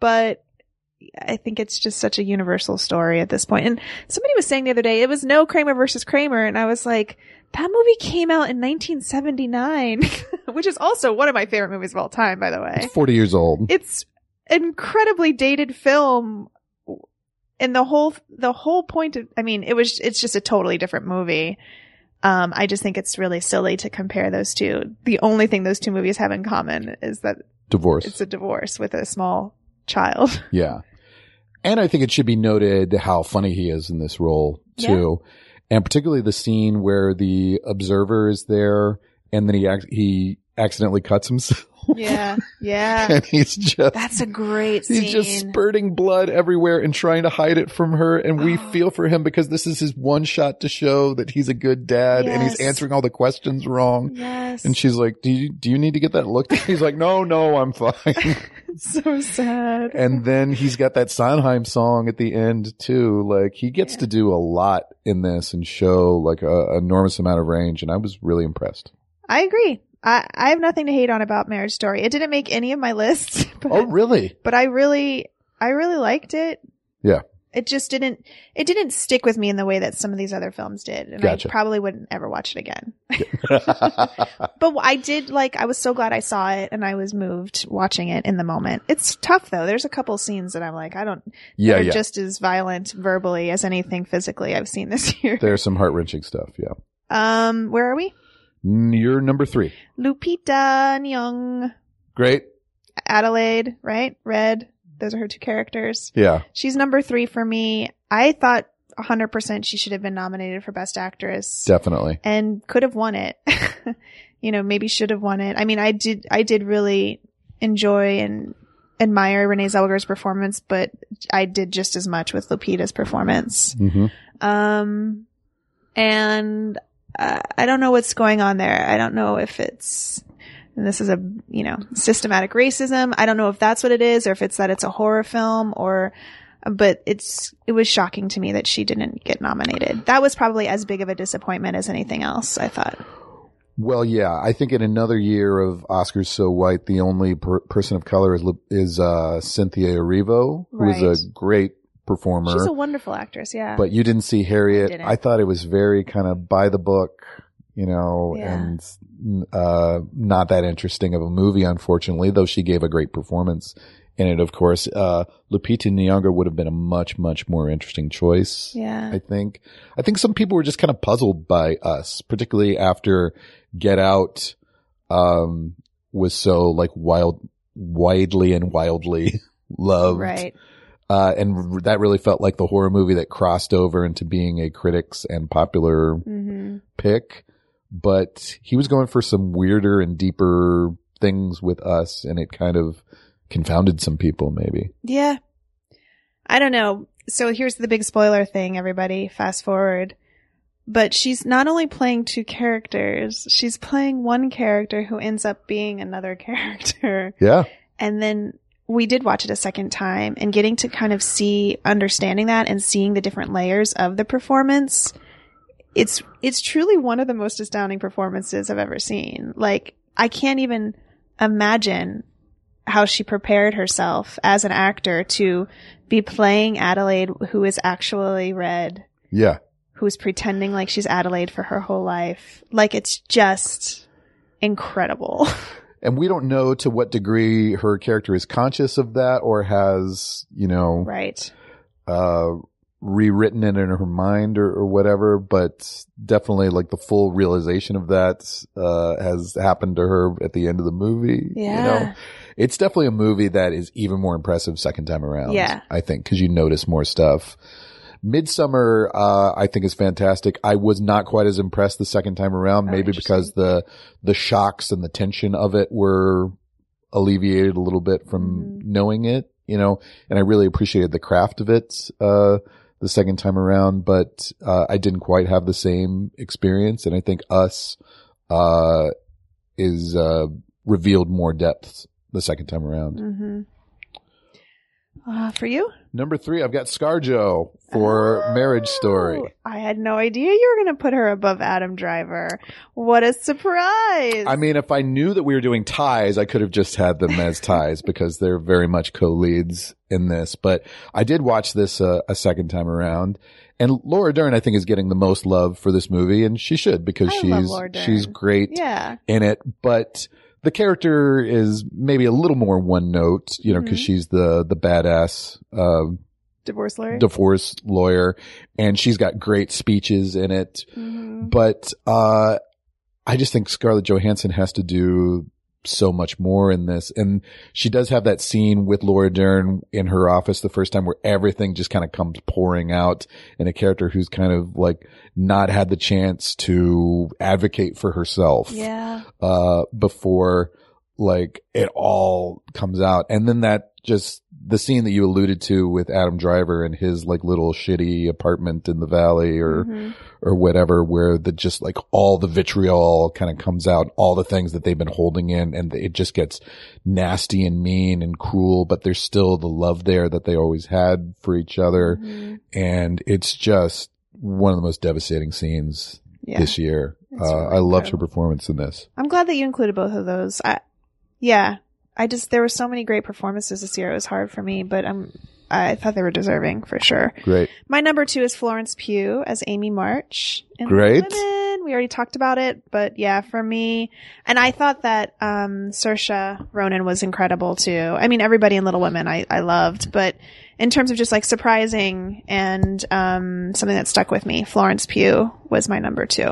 [SPEAKER 2] but I think it's just such a universal story at this point. And somebody was saying the other day, it was no Kramer versus Kramer. And I was like, that movie came out in 1979, which is also one of my favorite movies of all time, by the way
[SPEAKER 3] It's forty years old.
[SPEAKER 2] it's incredibly dated film and the whole the whole point of i mean it was it's just a totally different movie um i just think it's really silly to compare those two the only thing those two movies have in common is that
[SPEAKER 3] Divorce.
[SPEAKER 2] it's a divorce with a small child
[SPEAKER 3] yeah, and I think it should be noted how funny he is in this role too, and particularly the scene where the observer is there, and then he ac- he accidentally cuts himself,
[SPEAKER 2] yeah yeah
[SPEAKER 3] and he's just
[SPEAKER 2] that's a great scene
[SPEAKER 3] He's just spurting blood everywhere and trying to hide it from her. And we
[SPEAKER 2] Oh.
[SPEAKER 3] feel for him because this is his one shot to show that he's a good dad and he's
[SPEAKER 2] Yes.
[SPEAKER 3] answering all the questions wrong.
[SPEAKER 2] yes
[SPEAKER 3] And she's like, do you, do you need to get that looked at? He's like, no, no, I'm fine.
[SPEAKER 2] so sad
[SPEAKER 3] and then he's got that Sondheim song at the end too. Like he gets
[SPEAKER 2] Yeah.
[SPEAKER 3] to do a lot in this and show like a enormous amount of range. And I was really impressed.
[SPEAKER 2] i agree I, I have nothing to hate on about marriage story it didn't make any of my lists but
[SPEAKER 3] Oh, really?
[SPEAKER 2] but I really, I really liked it.
[SPEAKER 3] Yeah.
[SPEAKER 2] It just didn't it didn't stick with me in the way that some of these other films did, and
[SPEAKER 3] Gotcha.
[SPEAKER 2] I probably wouldn't ever watch it again. But I did like I was so glad I saw it and I was moved watching it in the moment. It's tough though. There's a couple scenes that I'm like I don't
[SPEAKER 3] yeah,
[SPEAKER 2] that are
[SPEAKER 3] yeah.
[SPEAKER 2] just as violent verbally as anything physically I've seen this year.
[SPEAKER 3] There's some heart wrenching stuff. Yeah.
[SPEAKER 2] Um where are we?
[SPEAKER 3] N- You're number three.
[SPEAKER 2] Lupita Nyong
[SPEAKER 3] Great.
[SPEAKER 2] Adelaide, right? Red. Those are her two characters.
[SPEAKER 3] Yeah.
[SPEAKER 2] She's number 3 for me. I thought 100% she should have been nominated for best actress.
[SPEAKER 3] Definitely.
[SPEAKER 2] and could have won it. you know, maybe should have won it. I mean, I did, I did really enjoy and admire Renee Zellweger's performance, but I did just as much with Lupita's performance.
[SPEAKER 3] hmm
[SPEAKER 2] Um, and uh, I don't know what's going on there. I don't know if it's, and this is a, you know, systematic racism. I don't know if that's what it is or if it's that it's a horror film or, but it's, it was shocking to me that she didn't get nominated. That was probably as big of a disappointment as anything else, I thought.
[SPEAKER 3] Well, yeah. I think in another year of Oscars so white, the only per- person of color is Lu- is uh, Cynthia Erivo, who is a
[SPEAKER 2] Right.
[SPEAKER 3] great performer.
[SPEAKER 2] She's a wonderful actress. Yeah.
[SPEAKER 3] but you didn't see Harriet. I,
[SPEAKER 2] didn't.
[SPEAKER 3] thought it was very kind of by the book, you know,
[SPEAKER 2] Yeah.
[SPEAKER 3] and uh, not that interesting of a movie, unfortunately. Though she gave a great performance in it, of course. Uh, Lupita Nyong'o would have been a much, much more interesting choice.
[SPEAKER 2] yeah.
[SPEAKER 3] I think. I think some people were just kind of puzzled by us, particularly after Get Out um, was so like wild, widely and wildly loved,
[SPEAKER 2] right.
[SPEAKER 3] uh, and r- that really felt like the horror movie that crossed over into being a critics and popular
[SPEAKER 2] hmm
[SPEAKER 3] pick. But he was going for some weirder and deeper things with us, and it kind of confounded some people, maybe.
[SPEAKER 2] Yeah. I don't know. So here's the big spoiler thing, everybody. Fast forward. But she's not only playing two characters, she's playing one character who ends up being another character.
[SPEAKER 3] Yeah.
[SPEAKER 2] And then we did watch it a second time and getting to kind of see, understanding that and seeing the different layers of the performance. It's, it's truly one of the most astounding performances I've ever seen. Like, I can't even imagine how she prepared herself as an actor to be playing Adelaide, who is actually red,
[SPEAKER 3] Yeah.
[SPEAKER 2] who's pretending like she's Adelaide for her whole life. Like, it's just incredible.
[SPEAKER 3] And we don't know to what degree her character is conscious of that or has, you know,
[SPEAKER 2] right.
[SPEAKER 3] uh, rewritten it in her mind or, or whatever, but definitely like the full realization of that, uh, has happened to her at the end of the movie.
[SPEAKER 2] Yeah.
[SPEAKER 3] it's definitely a movie that is even more impressive second time around.
[SPEAKER 2] Yeah.
[SPEAKER 3] I think because you notice more stuff. Midsummer, uh, I think is fantastic. I was not quite as impressed the second time around,
[SPEAKER 2] Oh,
[SPEAKER 3] maybe
[SPEAKER 2] interesting.
[SPEAKER 3] because the, the shocks and the tension of it were alleviated a little bit from
[SPEAKER 2] Mhm.
[SPEAKER 3] knowing it, you know, and I really appreciated the craft of it, uh, the second time around, but, uh, I didn't quite have the same experience. And I think us, uh, is, uh, revealed more depth the second time around.
[SPEAKER 2] Mm-hmm. Uh, for you?
[SPEAKER 3] Number three, I've got Scarjo for Marriage
[SPEAKER 2] Oh,
[SPEAKER 3] Story.
[SPEAKER 2] I had no idea you were going to put her above Adam Driver. What a surprise.
[SPEAKER 3] I mean, if I knew that we were doing ties, I could have just had them as ties because they're very much co-leads in this. But I did watch this uh, a second time around, and Laura Dern I think is getting the most love for this movie, and she should because
[SPEAKER 2] I love
[SPEAKER 3] she's
[SPEAKER 2] Laura Dern.
[SPEAKER 3] she's great
[SPEAKER 2] yeah.
[SPEAKER 3] in it, but the character is maybe a little more one note, you know, because
[SPEAKER 2] Mhm.
[SPEAKER 3] she's the the badass uh,
[SPEAKER 2] Divorce lawyer.
[SPEAKER 3] divorce lawyer, and she's got great speeches in it.
[SPEAKER 2] Mhm.
[SPEAKER 3] But uh, I just think Scarlett Johansson has to do so much more in this, and she does have that scene with Laura Dern in her office the first time where everything just kind of comes pouring out, and a character who's kind of like not had the chance to advocate for herself
[SPEAKER 2] Yeah.
[SPEAKER 3] uh, before like it all comes out. And then that just the scene that you alluded to with Adam Driver and his like little shitty apartment in the valley or,
[SPEAKER 2] Mhm.
[SPEAKER 3] or whatever, where the just like all the vitriol kind of comes out, all the things that they've been holding in and it just gets nasty and mean and cruel, but there's still the love there that they always had for each other.
[SPEAKER 2] Mhm.
[SPEAKER 3] And it's just one of the most devastating scenes
[SPEAKER 2] Yeah.
[SPEAKER 3] this year.
[SPEAKER 2] It's
[SPEAKER 3] Uh,
[SPEAKER 2] really
[SPEAKER 3] I loved her
[SPEAKER 2] incredible.
[SPEAKER 3] performance in this.
[SPEAKER 2] I'm glad that you included both of those. I, yeah. I just, there were so many great performances this year. It was hard for me, but I'm, I thought they were deserving for sure.
[SPEAKER 3] Great.
[SPEAKER 2] My number two is Florence Pugh as Amy March. In
[SPEAKER 3] Great.
[SPEAKER 2] Women. We already talked about it, but yeah, for me, and I thought that um, Saoirse Ronan was incredible too. I mean, everybody in Little Women I, I loved, but in terms of just like surprising and um, something that stuck with me, Florence Pugh was my number two.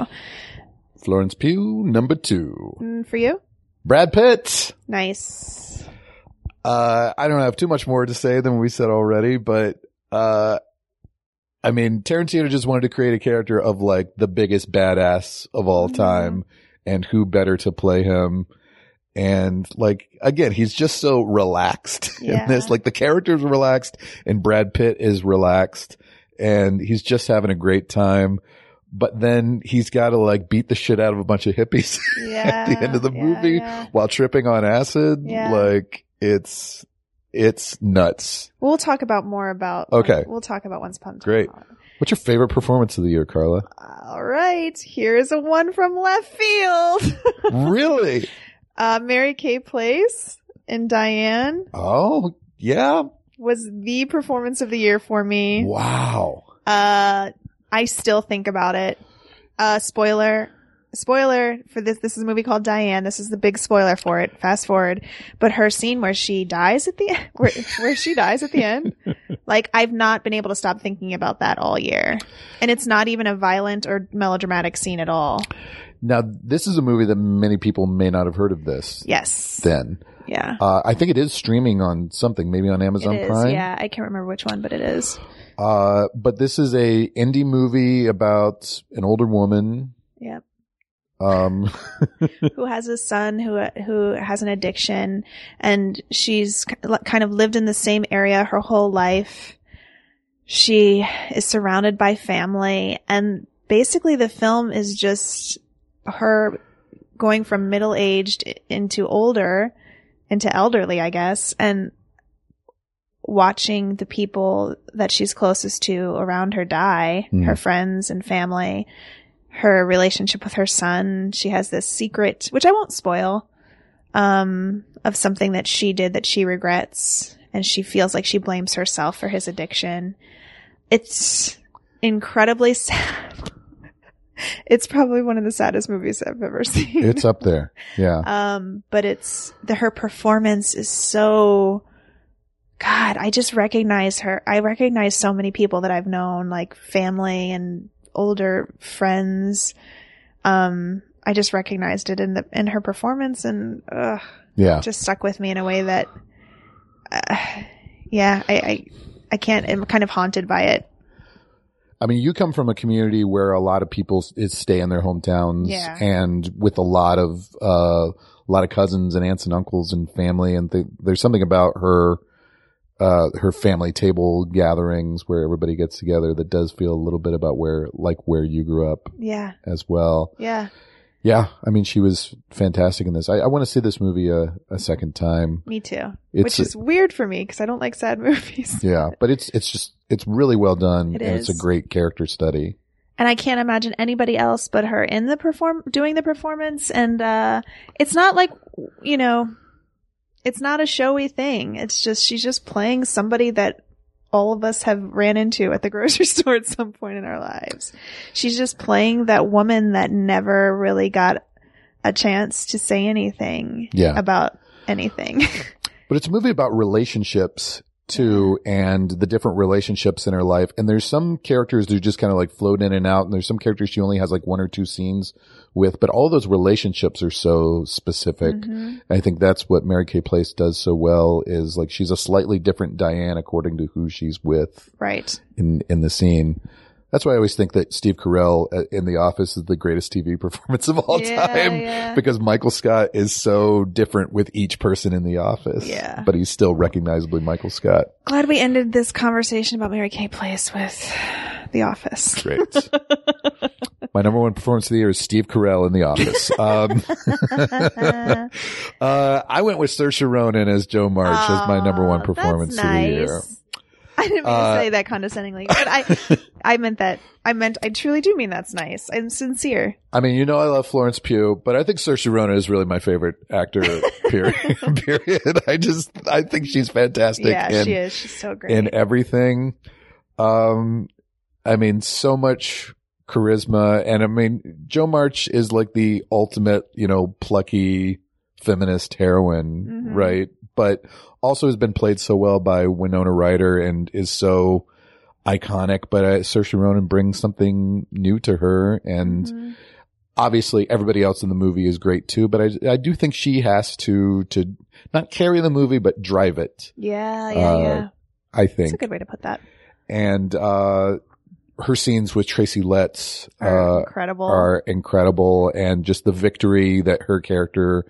[SPEAKER 3] Florence Pugh, number two.
[SPEAKER 2] Mm, for you,
[SPEAKER 3] Brad Pitt.
[SPEAKER 2] nice.
[SPEAKER 3] Uh, I don't have too much more to say than we said already, but uh, I mean, Tarantino just wanted to create a character of like the biggest badass of all
[SPEAKER 2] Mhm.
[SPEAKER 3] time, and who better to play him? And like again, he's just so relaxed
[SPEAKER 2] Yeah.
[SPEAKER 3] in this. Like the character's relaxed, and Brad Pitt is relaxed, and he's just having a great time. But then he's got to like beat the shit out of a bunch of hippies.
[SPEAKER 2] Yeah.
[SPEAKER 3] at the end of the
[SPEAKER 2] yeah,
[SPEAKER 3] movie.
[SPEAKER 2] yeah.
[SPEAKER 3] while tripping on acid.
[SPEAKER 2] Yeah.
[SPEAKER 3] Like it's it's nuts.
[SPEAKER 2] We'll talk about more about.
[SPEAKER 3] Okay.
[SPEAKER 2] We'll talk about Once Upon a Time.
[SPEAKER 3] Great. What's your favorite performance of the year, Carla?
[SPEAKER 2] All right. Here is a one from left field.
[SPEAKER 3] really?
[SPEAKER 2] Uh, Mary Kay Place and Diane
[SPEAKER 3] Oh yeah.
[SPEAKER 2] was the performance of the year for me.
[SPEAKER 3] Wow.
[SPEAKER 2] Uh, I still think about it. Uh, spoiler. Spoiler for this. This is a movie called Diane. This is the big spoiler for it. Fast forward, but her scene where she dies at the end, where, where she dies at the end, like I've not been able to stop thinking about that all year, and it's not even a violent or melodramatic scene at all.
[SPEAKER 3] Now this is a movie that many people may not have heard of this
[SPEAKER 2] Yes.
[SPEAKER 3] then.
[SPEAKER 2] yeah.
[SPEAKER 3] Uh, I think it is streaming on something, maybe on
[SPEAKER 2] It
[SPEAKER 3] Amazon
[SPEAKER 2] is.
[SPEAKER 3] Prime.
[SPEAKER 2] Yeah. I can't remember which one, but it is.
[SPEAKER 3] Uh, but this is a indie movie about an older woman.
[SPEAKER 2] Yep.
[SPEAKER 3] Um,
[SPEAKER 2] who has a son who who has an addiction and she's k- li- kind of lived in the same area her whole life. She is surrounded by family and basically the film is just her going from middle-aged i- into older into elderly, I guess, and watching the people that she's closest to around her die,
[SPEAKER 3] Mm.
[SPEAKER 2] her friends and family, her relationship with her son. She has this secret, which I won't spoil, um, of something that she did that she regrets, and she feels like she blames herself for his addiction. It's incredibly sad. it's probably one of the saddest movies I've ever seen.
[SPEAKER 3] it's up there. Yeah.
[SPEAKER 2] Um, but it's the her performance is so God, I just recognize her. I recognize so many people that I've known, like family and older friends. Um, I just recognized it in the in her performance and ugh,
[SPEAKER 3] Yeah.
[SPEAKER 2] just stuck with me in a way that uh, yeah, I, I I can't I'm kind of haunted by it.
[SPEAKER 3] I mean, you come from a community where a lot of people s- is stay in their hometowns
[SPEAKER 2] Yeah.
[SPEAKER 3] and with a lot of, uh, a lot of cousins and aunts and uncles and family. And th- there's something about her, uh, her family table gatherings where everybody gets together that does feel a little bit about where, like where you grew up
[SPEAKER 2] Yeah.
[SPEAKER 3] as well.
[SPEAKER 2] Yeah.
[SPEAKER 3] Yeah. I mean, she was fantastic in this. I, I want to see this movie a, a second time.
[SPEAKER 2] Me too.
[SPEAKER 3] It's,
[SPEAKER 2] Which is weird for me because I don't like sad movies.
[SPEAKER 3] yeah, but it's, it's just, it's really well done
[SPEAKER 2] It
[SPEAKER 3] and it's
[SPEAKER 2] is.
[SPEAKER 3] a great character study.
[SPEAKER 2] and I can't imagine anybody else but her in the perform doing the performance. And uh, it's not like you know, it's not a showy thing. It's just she's just playing somebody that all of us have ran into at the grocery store at some point in our lives. She's just playing that woman that never really got a chance to say anything
[SPEAKER 3] Yeah.
[SPEAKER 2] about anything.
[SPEAKER 3] But it's a movie about relationships too and the different relationships in her life. And there's some characters who just kind of like float in and out. And there's some characters she only has like one or two scenes with, but all those relationships are so specific.
[SPEAKER 2] Mhm.
[SPEAKER 3] I think that's what Mary Kay Place does so well is like she's a slightly different Diane according to who she's with
[SPEAKER 2] Right.
[SPEAKER 3] in, in the scene. That's why I always think that Steve Carell uh, in The Office is the greatest TV performance of all
[SPEAKER 2] Yeah,
[SPEAKER 3] time
[SPEAKER 2] yeah.
[SPEAKER 3] because Michael Scott is so different with each person in the office.
[SPEAKER 2] Yeah.
[SPEAKER 3] But he's still recognizably Michael Scott.
[SPEAKER 2] Glad we ended this conversation about Mary Kay Place with The Office.
[SPEAKER 3] Great. My number one performance of the year is Steve Carell in the office. Um, uh, I went with Saoirse Ronan as Joe March as my number one
[SPEAKER 2] Aw,
[SPEAKER 3] performance
[SPEAKER 2] that's
[SPEAKER 3] of the year.
[SPEAKER 2] nice. I didn't mean
[SPEAKER 3] Uh,
[SPEAKER 2] to say that condescendingly, but I, I meant that. I meant I truly do mean that's nice. I'm sincere.
[SPEAKER 3] I mean, you know, I love Florence Pugh, but I think Saoirse Ronan is really my favorite actor. Period. period. I just, I think she's fantastic
[SPEAKER 2] Yeah,
[SPEAKER 3] in,
[SPEAKER 2] she is. She's so great.
[SPEAKER 3] in everything. Um, I mean, so much charisma, and I mean, Joe March is like the ultimate, you know, plucky feminist heroine,
[SPEAKER 2] Mhm.
[SPEAKER 3] right? But also has been played so well by Winona Ryder and is so iconic. But uh, Saoirse Ronan brings something new to her, and
[SPEAKER 2] Mhm.
[SPEAKER 3] obviously everybody else in the movie is great too, but I, I do think she has to, to not carry the movie, but drive it,
[SPEAKER 2] yeah, yeah,
[SPEAKER 3] uh,
[SPEAKER 2] yeah.
[SPEAKER 3] I
[SPEAKER 2] That's
[SPEAKER 3] think.
[SPEAKER 2] a good way to put that.
[SPEAKER 3] and, uh, her scenes with Tracy Letts,
[SPEAKER 2] Are
[SPEAKER 3] uh,
[SPEAKER 2] incredible.
[SPEAKER 3] are incredible and just the victory that her character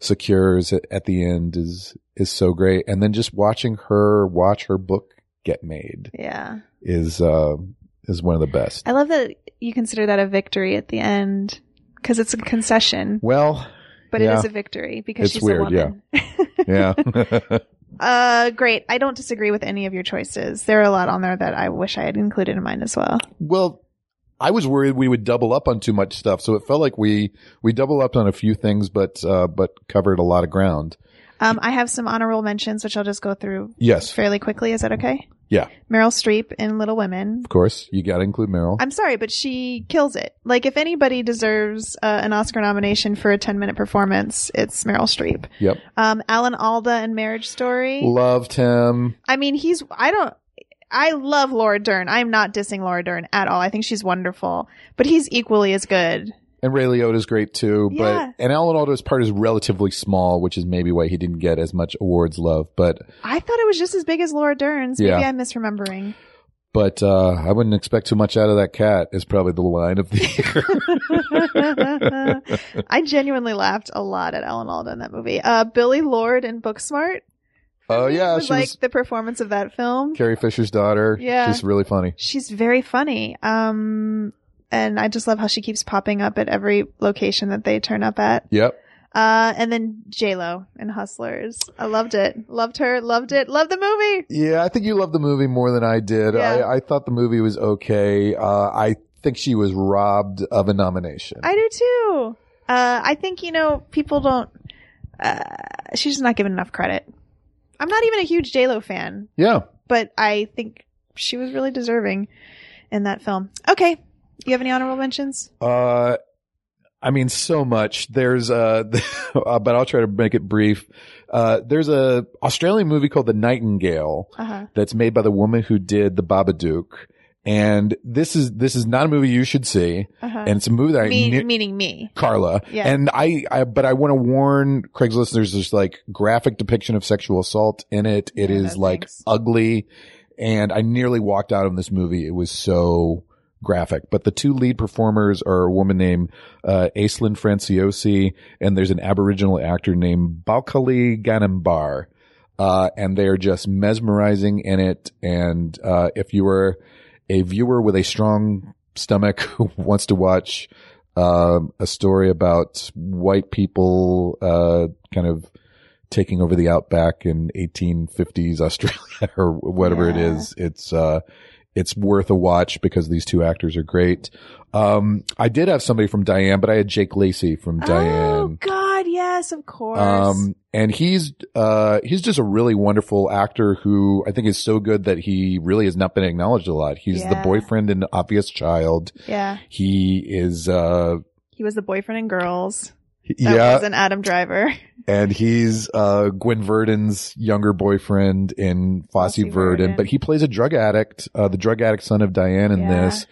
[SPEAKER 3] secures at, at the end is, is so great. And then just watching her watch her book get made
[SPEAKER 2] yeah,
[SPEAKER 3] is, uh, is one of the best.
[SPEAKER 2] I love that you consider that a victory at the end because it's a concession,
[SPEAKER 3] Well,
[SPEAKER 2] but it
[SPEAKER 3] Yeah.
[SPEAKER 2] is a victory because
[SPEAKER 3] It's
[SPEAKER 2] she's
[SPEAKER 3] weird,
[SPEAKER 2] a woman.
[SPEAKER 3] yeah.
[SPEAKER 2] Uh, great. I don't disagree with any of your choices. There are a lot on there that I wish I had included in mine as well.
[SPEAKER 3] Well, I was worried we would double up on too much stuff, so it felt like we we double up on a few things, but uh, but covered a lot of ground.
[SPEAKER 2] Um, I have some honorable mentions, which I'll just go through
[SPEAKER 3] Yes,
[SPEAKER 2] fairly quickly. Is that okay?
[SPEAKER 3] Yeah.
[SPEAKER 2] Meryl Streep in Little Women.
[SPEAKER 3] of course, you got to include Meryl.
[SPEAKER 2] I'm sorry, but she kills it. Like, if anybody deserves uh, an Oscar nomination for a 10 minute performance, it's Meryl Streep.
[SPEAKER 3] yep,
[SPEAKER 2] Um, Alan Alda in Marriage Story.
[SPEAKER 3] loved him.
[SPEAKER 2] I mean, he's, I don't, I love Laura Dern. I'm not dissing Laura Dern at all. I think she's wonderful, but he's equally as good.
[SPEAKER 3] And Ray Liotta's great too, but
[SPEAKER 2] Yeah.
[SPEAKER 3] and Alan Alda's part is relatively small, which is maybe why he didn't get as much awards love. But
[SPEAKER 2] I thought it was just as big as Laura Dern's.
[SPEAKER 3] Yeah.
[SPEAKER 2] Maybe I'm misremembering.
[SPEAKER 3] but uh, I wouldn't expect too much out of that cat. Is probably the line of the year.
[SPEAKER 2] I genuinely laughed a lot at Ellen Alda in that movie. Uh, Billy Lord in Booksmart.
[SPEAKER 3] Oh yeah,
[SPEAKER 2] was
[SPEAKER 3] she
[SPEAKER 2] like
[SPEAKER 3] was
[SPEAKER 2] the performance of that film.
[SPEAKER 3] Carrie Fisher's daughter.
[SPEAKER 2] Yeah.
[SPEAKER 3] she's really funny.
[SPEAKER 2] She's very funny. Um, and I just love how she keeps popping up at every location that they turn up at.
[SPEAKER 3] Yep.
[SPEAKER 2] Uh, and then J Lo in Hustlers. I loved it. Loved her. Loved it. Loved the movie.
[SPEAKER 3] Yeah, I think you loved the movie more than I did.
[SPEAKER 2] Yeah.
[SPEAKER 3] I, I thought the movie was okay. Uh, I think she was robbed of a nomination.
[SPEAKER 2] I do too. Uh, I think you know people don't. Uh, she's just not given enough credit. I'm not even a huge J Lo fan,
[SPEAKER 3] yeah.
[SPEAKER 2] but I think she was really deserving in that film. Okay, you have any honorable mentions?
[SPEAKER 3] Uh, I mean, so much. There's uh, uh, but I'll try to make it brief. Uh, there's a Australian movie called The Nightingale
[SPEAKER 2] Uh huh.
[SPEAKER 3] that's made by the woman who did The Babadook, and this is this is not a movie you should see,
[SPEAKER 2] Uh huh.
[SPEAKER 3] and it's a movie that I
[SPEAKER 2] Me-
[SPEAKER 3] knew-
[SPEAKER 2] meaning me.
[SPEAKER 3] Carla.
[SPEAKER 2] Yeah.
[SPEAKER 3] And I, I but I want to warn Craig's listeners there's like graphic depiction of sexual assault in it. It
[SPEAKER 2] Yeah,
[SPEAKER 3] is
[SPEAKER 2] no
[SPEAKER 3] like
[SPEAKER 2] thanks.
[SPEAKER 3] ugly. And I nearly walked out of this movie. It was so graphic. But the two lead performers are a woman named uh, Aislinn Franciosi, and there's an Aboriginal actor named Balkali Ganambar. Uh, and they are just mesmerizing in it. And uh, if you were a viewer with a strong stomach who wants to watch um, a story about white people uh, kind of taking over the outback in 1850s Australia or whatever it
[SPEAKER 2] Yeah.
[SPEAKER 3] is, it's uh, it's worth a watch because these two actors are great. Um, I did have somebody from Diane, but I had Jake Lacey from
[SPEAKER 2] Oh
[SPEAKER 3] Diane.
[SPEAKER 2] God, yes, of course.
[SPEAKER 3] Um, and he's, uh, he's just a really wonderful actor who I think is so good that he really has not been acknowledged a lot. He's the
[SPEAKER 2] Yeah.
[SPEAKER 3] boyfriend in Obvious Child.
[SPEAKER 2] yeah,
[SPEAKER 3] He is, uh,
[SPEAKER 2] he was the boyfriend in Girls. That
[SPEAKER 3] yeah.
[SPEAKER 2] was an Adam Driver.
[SPEAKER 3] and he's, uh, Gwen Verdon's younger boyfriend in
[SPEAKER 2] Fosse
[SPEAKER 3] Fosse Verdon,
[SPEAKER 2] Verdon.
[SPEAKER 3] but he plays a drug addict, uh, the drug addict son of Diane in
[SPEAKER 2] Yeah.
[SPEAKER 3] this.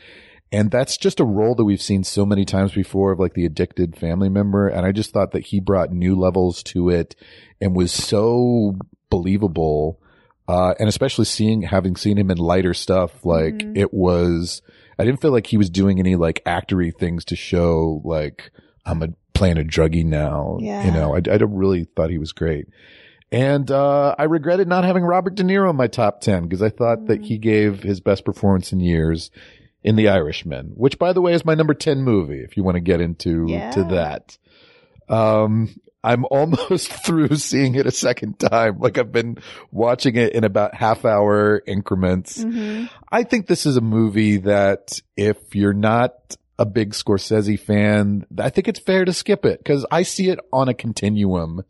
[SPEAKER 3] And that's just a role that we've seen so many times before of like the addicted family member. And I just thought that he brought new levels to it and was so believable. Uh, and especially seeing, having seen him in lighter stuff, like
[SPEAKER 2] Mhm.
[SPEAKER 3] it was, I didn't feel like he was doing any like actory things to show like I'm a playing a druggie now.
[SPEAKER 2] Yeah.
[SPEAKER 3] You know, I, I don't really thought he was great. And uh, I regretted not having Robert De Niro in my top 10 because I thought that
[SPEAKER 2] Mm.
[SPEAKER 3] he gave his best performance in years in The Irishman, which, by the way, is my number 10 movie if you want to get into
[SPEAKER 2] Yeah.
[SPEAKER 3] to that. Um, I'm almost through seeing it a second time. Like I've been watching it in about half hour increments.
[SPEAKER 2] hmm
[SPEAKER 3] I think this is a movie that if you're not a big Scorsese fan, I think it's fair to skip it because I see it on a continuum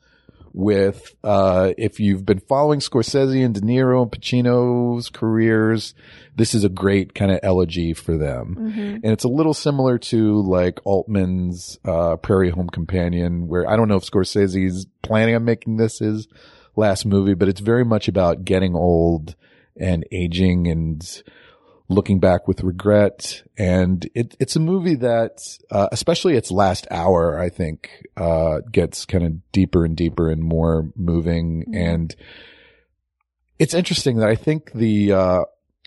[SPEAKER 3] with, uh, if you've been following Scorsese and De Niro and Pacino's careers, this is a great kind of elegy for them.
[SPEAKER 2] hmm
[SPEAKER 3] And it's a little similar to like Altman's uh, Prairie Home Companion, where I don't know if Scorsese's planning on making this his last movie, but it's very much about getting old and aging and looking back with regret. And it, it's a movie that, uh, especially its last hour, I think, uh, gets kind of deeper and deeper and more moving.
[SPEAKER 2] Mhm.
[SPEAKER 3] And it's interesting that I think the, uh,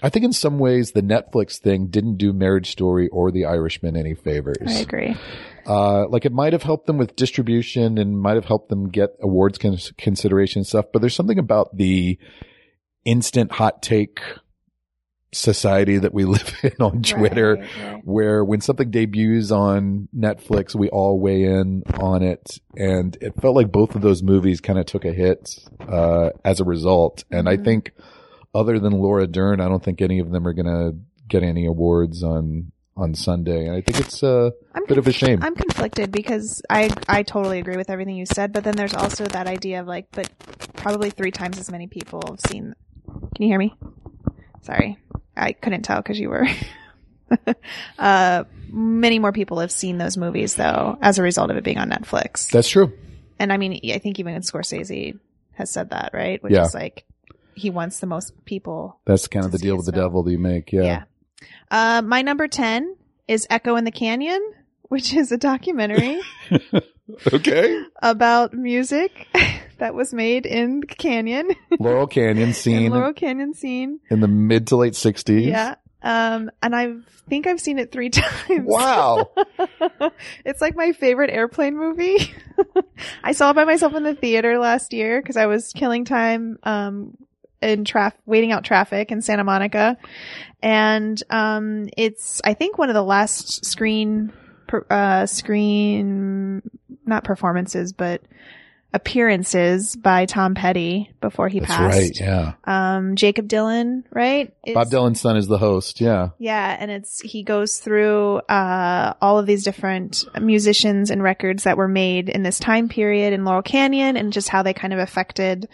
[SPEAKER 3] I think in some ways the Netflix thing didn't do Marriage Story or The Irishman any favors.
[SPEAKER 2] I agree.
[SPEAKER 3] Uh, like it might have helped them with distribution and might have helped them get awards con- consideration and stuff, but there's something about the instant hot take society that we live in on Twitter
[SPEAKER 2] Right, right.
[SPEAKER 3] where when something debuts on Netflix, we all weigh in on it. And it felt like both of those movies kind of took a hit, uh, as a result. And I
[SPEAKER 2] Mhm.
[SPEAKER 3] think other than Laura Dern, I don't think any of them are going to get any awards on, on Sunday. And I think it's uh, a
[SPEAKER 2] I'm
[SPEAKER 3] bit of a shame.
[SPEAKER 2] I'm conflicted because I I totally agree with everything you said, but then there's also that idea of like, but probably three times as many people have seen. Can you hear me? Sorry, I couldn't tell because you were. uh, many more people have seen those movies though, as a result of it being on Netflix.
[SPEAKER 3] That's true.
[SPEAKER 2] and I mean, I think even Scorsese has said that, right? Which
[SPEAKER 3] Yeah.
[SPEAKER 2] is like he wants the most people.
[SPEAKER 3] That's kind of the
[SPEAKER 2] It's
[SPEAKER 3] deal with the
[SPEAKER 2] his film.
[SPEAKER 3] devil that you make. Yeah.
[SPEAKER 2] Yeah. Uh, my number ten is Echo in the Canyon, which is a documentary.
[SPEAKER 3] Okay.
[SPEAKER 2] about music that was made in Canyon,
[SPEAKER 3] Laurel Canyon
[SPEAKER 2] in
[SPEAKER 3] scene
[SPEAKER 2] Laurel Canyon scene.
[SPEAKER 3] in the mid to late sixties.
[SPEAKER 2] Yeah. Um, and I think I've seen it three times.
[SPEAKER 3] Wow.
[SPEAKER 2] it's like my favorite airplane movie. I saw it by myself in the theater last year because I was killing time, um, in traffic, waiting out traffic in Santa Monica. And, um, it's, I think one of the last screen, per- uh, screen, not performances, but appearances by Tom Petty before he
[SPEAKER 3] That's
[SPEAKER 2] passed.
[SPEAKER 3] right. Yeah.
[SPEAKER 2] Um, Jacob Dylan, right?
[SPEAKER 3] Bob
[SPEAKER 2] It's-
[SPEAKER 3] Dylan's son is the host. Yeah.
[SPEAKER 2] yeah, and it's he goes through uh, all of these different musicians and records that were made in this time period in Laurel Canyon, and just how they kind of affected,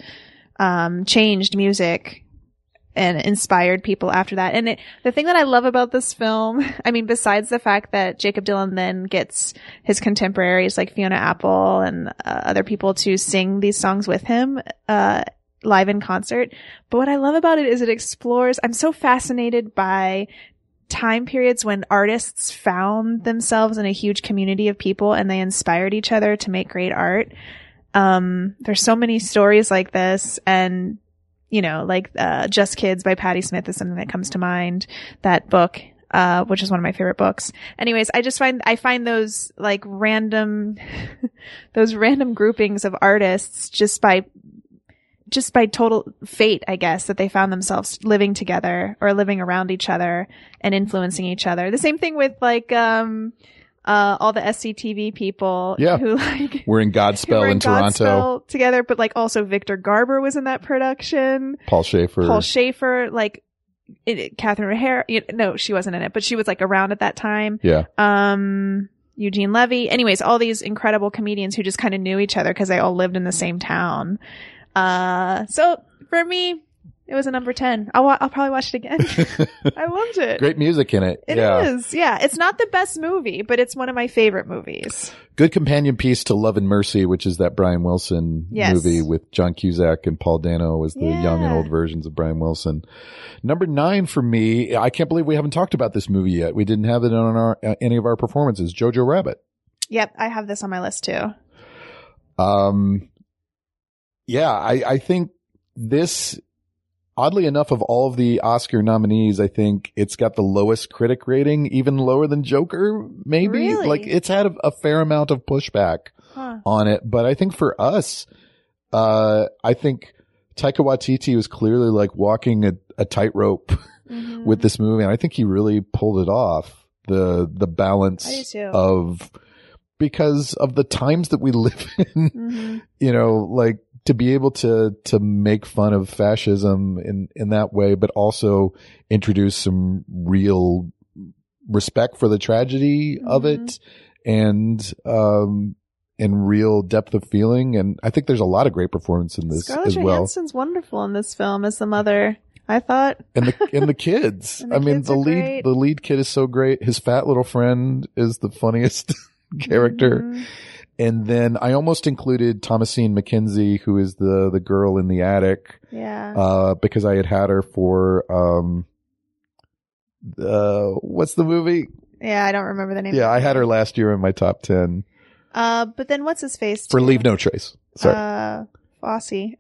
[SPEAKER 2] um, changed music, and inspired people after that. And it, the thing that I love about this film, I mean, besides the fact that Jacob Dylan then gets his contemporaries like Fiona Apple and uh, other people to sing these songs with him, uh, live in concert. But what I love about it is it explores, I'm so fascinated by time periods when artists found themselves in a huge community of people and they inspired each other to make great art. Um, there's so many stories like this and, you know, like, uh, Just Kids by Patti Smith is something that comes to mind. That book, uh, which is one of my favorite books. Anyways, I just find, I find those like random, those random groupings of artists just by just by total fate, I guess, that they found themselves living together or living around each other and influencing each other. The same thing with like um uh all the SCTV people
[SPEAKER 3] Yeah.
[SPEAKER 2] who like
[SPEAKER 3] We're in Godspell
[SPEAKER 2] were
[SPEAKER 3] in Toronto.
[SPEAKER 2] Godspell together, but like also Victor Garber was in that production.
[SPEAKER 3] Paul Schaefer.
[SPEAKER 2] Paul Schaefer, like it, it- Catherine O'Hara. You, no, she wasn't in it, but she was like around at that time.
[SPEAKER 3] yeah.
[SPEAKER 2] Um, Eugene Levy. Anyways, all these incredible comedians who just kind of knew each other because they all lived in the same town. Uh, so for me, it was a number ten. I'll wa- I'll probably watch it again. I loved it.
[SPEAKER 3] Great music in it.
[SPEAKER 2] Uh, It is,
[SPEAKER 3] yeah.
[SPEAKER 2] yeah. It's not the best movie, but it's one of my favorite movies.
[SPEAKER 3] Good companion piece to Love and Mercy, which is that Brian Wilson
[SPEAKER 2] Yes.
[SPEAKER 3] movie with John Cusack and Paul Dano as the
[SPEAKER 2] Yeah.
[SPEAKER 3] young and old versions of Brian Wilson. Number nine for me, I can't believe we haven't talked about this movie yet. We didn't have it on our, uh, any of our performances. Jojo Rabbit.
[SPEAKER 2] Yep, I have this on my list too.
[SPEAKER 3] Um, yeah, I, I think this, oddly enough, of all of the Oscar nominees, I think it's got the lowest critic rating, even lower than Joker, maybe.
[SPEAKER 2] Really?
[SPEAKER 3] Like it's had a, a fair amount of pushback
[SPEAKER 2] Huh.
[SPEAKER 3] on it. But I think for us, uh, I think Taika Waititi was clearly like walking a, a tightrope
[SPEAKER 2] Mhm.
[SPEAKER 3] with this movie, and I think he really pulled it off. The the balance
[SPEAKER 2] I do too.
[SPEAKER 3] of because of the times that we live in.
[SPEAKER 2] hmm
[SPEAKER 3] you know, like to be able to to make fun of fascism in in that way, but also introduce some real respect for the tragedy of
[SPEAKER 2] Mm-hmm.
[SPEAKER 3] it and um and real depth of feeling. And I think there's a lot of great performance in this
[SPEAKER 2] Scarlett
[SPEAKER 3] as well.
[SPEAKER 2] Johansson's wonderful in this film as the mother. I thought
[SPEAKER 3] And the and the kids.
[SPEAKER 2] And the
[SPEAKER 3] I mean
[SPEAKER 2] kids
[SPEAKER 3] the
[SPEAKER 2] are
[SPEAKER 3] lead
[SPEAKER 2] great.
[SPEAKER 3] the lead kid is so great. His fat little friend is the funniest character.
[SPEAKER 2] Mhm.
[SPEAKER 3] And then I almost included Thomasine McKenzie, who is the the girl in the attic,
[SPEAKER 2] Yeah.
[SPEAKER 3] uh, because I had had her for um, uh, what's the movie?
[SPEAKER 2] yeah, I don't remember the name.
[SPEAKER 3] Yeah, I had her last year in my top ten
[SPEAKER 2] Uh, but then what's his face?
[SPEAKER 3] for
[SPEAKER 2] too?
[SPEAKER 3] Leave No Trace. Sorry,
[SPEAKER 2] Uh, Fosse.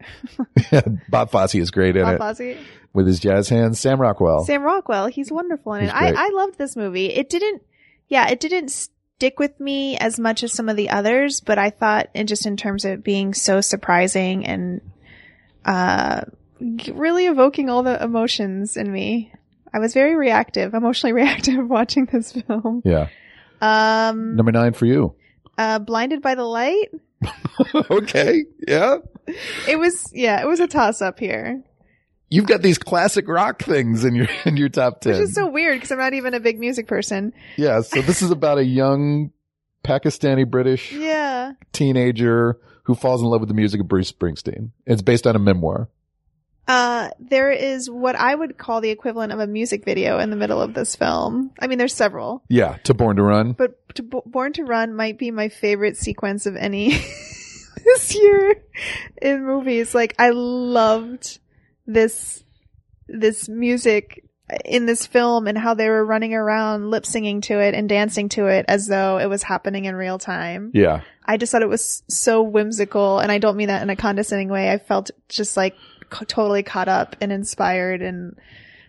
[SPEAKER 3] Bob Fosse is great in
[SPEAKER 2] Uh. Bob
[SPEAKER 3] it
[SPEAKER 2] Fosse.
[SPEAKER 3] with his jazz hands. Sam Rockwell.
[SPEAKER 2] Sam Rockwell. He's wonderful in
[SPEAKER 3] He's
[SPEAKER 2] it. I,
[SPEAKER 3] great.
[SPEAKER 2] I loved this movie. It didn't, yeah, it didn't stick with me as much as some of the others, but I thought, and just in terms of it being so surprising and uh, g- really evoking all the emotions in me, I was very reactive, emotionally reactive watching this film.
[SPEAKER 3] yeah,
[SPEAKER 2] Um,
[SPEAKER 3] number nine for you.
[SPEAKER 2] uh, Blinded by the Light.
[SPEAKER 3] okay, yeah,
[SPEAKER 2] It was, yeah, it was a toss up here,
[SPEAKER 3] you've got these classic rock things in your in your top ten.
[SPEAKER 2] which is so weird because I'm not even a big music person.
[SPEAKER 3] yeah, so this is about a young Pakistani British
[SPEAKER 2] Yeah.
[SPEAKER 3] teenager who falls in love with the music of Bruce Springsteen. It's based on a memoir.
[SPEAKER 2] Uh, there is what I would call the equivalent of a music video in the middle of this film. I mean, there's several,
[SPEAKER 3] Yeah, to Born to Run.
[SPEAKER 2] but to, Bo- Born to Run might be my favorite sequence of any this year in movies. Like, I loved this, this music in this film and how they were running around lip singing to it and dancing to it as though it was happening in real time.
[SPEAKER 3] Yeah.
[SPEAKER 2] I just thought it was so whimsical, and I don't mean that in a condescending way. I felt just like co- totally caught up and inspired and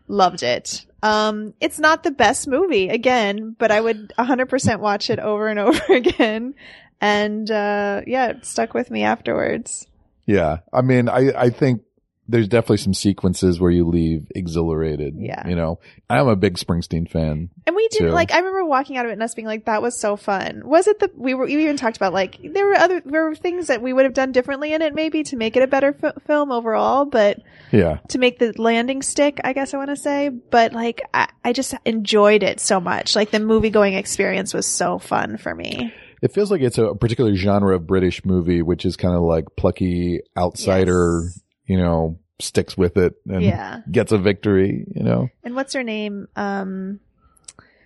[SPEAKER 2] loved it. Um, it's not the best movie again, but I would 100% watch it over and over again. And, uh, yeah, it stuck with me afterwards.
[SPEAKER 3] Yeah. I mean, I, I think there's definitely some sequences where you leave exhilarated.
[SPEAKER 2] Yeah.
[SPEAKER 3] You know, I'm a big Springsteen fan.
[SPEAKER 2] And we did
[SPEAKER 3] Too.
[SPEAKER 2] like I remember walking out of it and us being like that was so fun. Was it the we were we even talked about like there were other there were things that we would have done differently in it maybe to make it a better f- film overall, but
[SPEAKER 3] Yeah.
[SPEAKER 2] to make the landing stick, I guess I want to say, but like I, I just enjoyed it so much. Like the movie going experience was so fun for me.
[SPEAKER 3] It feels like it's a particular genre of British movie, which is kind of like plucky outsider,
[SPEAKER 2] Yes.
[SPEAKER 3] you know, sticks with it and
[SPEAKER 2] Yeah.
[SPEAKER 3] gets a victory, you know.
[SPEAKER 2] And what's her name? Um,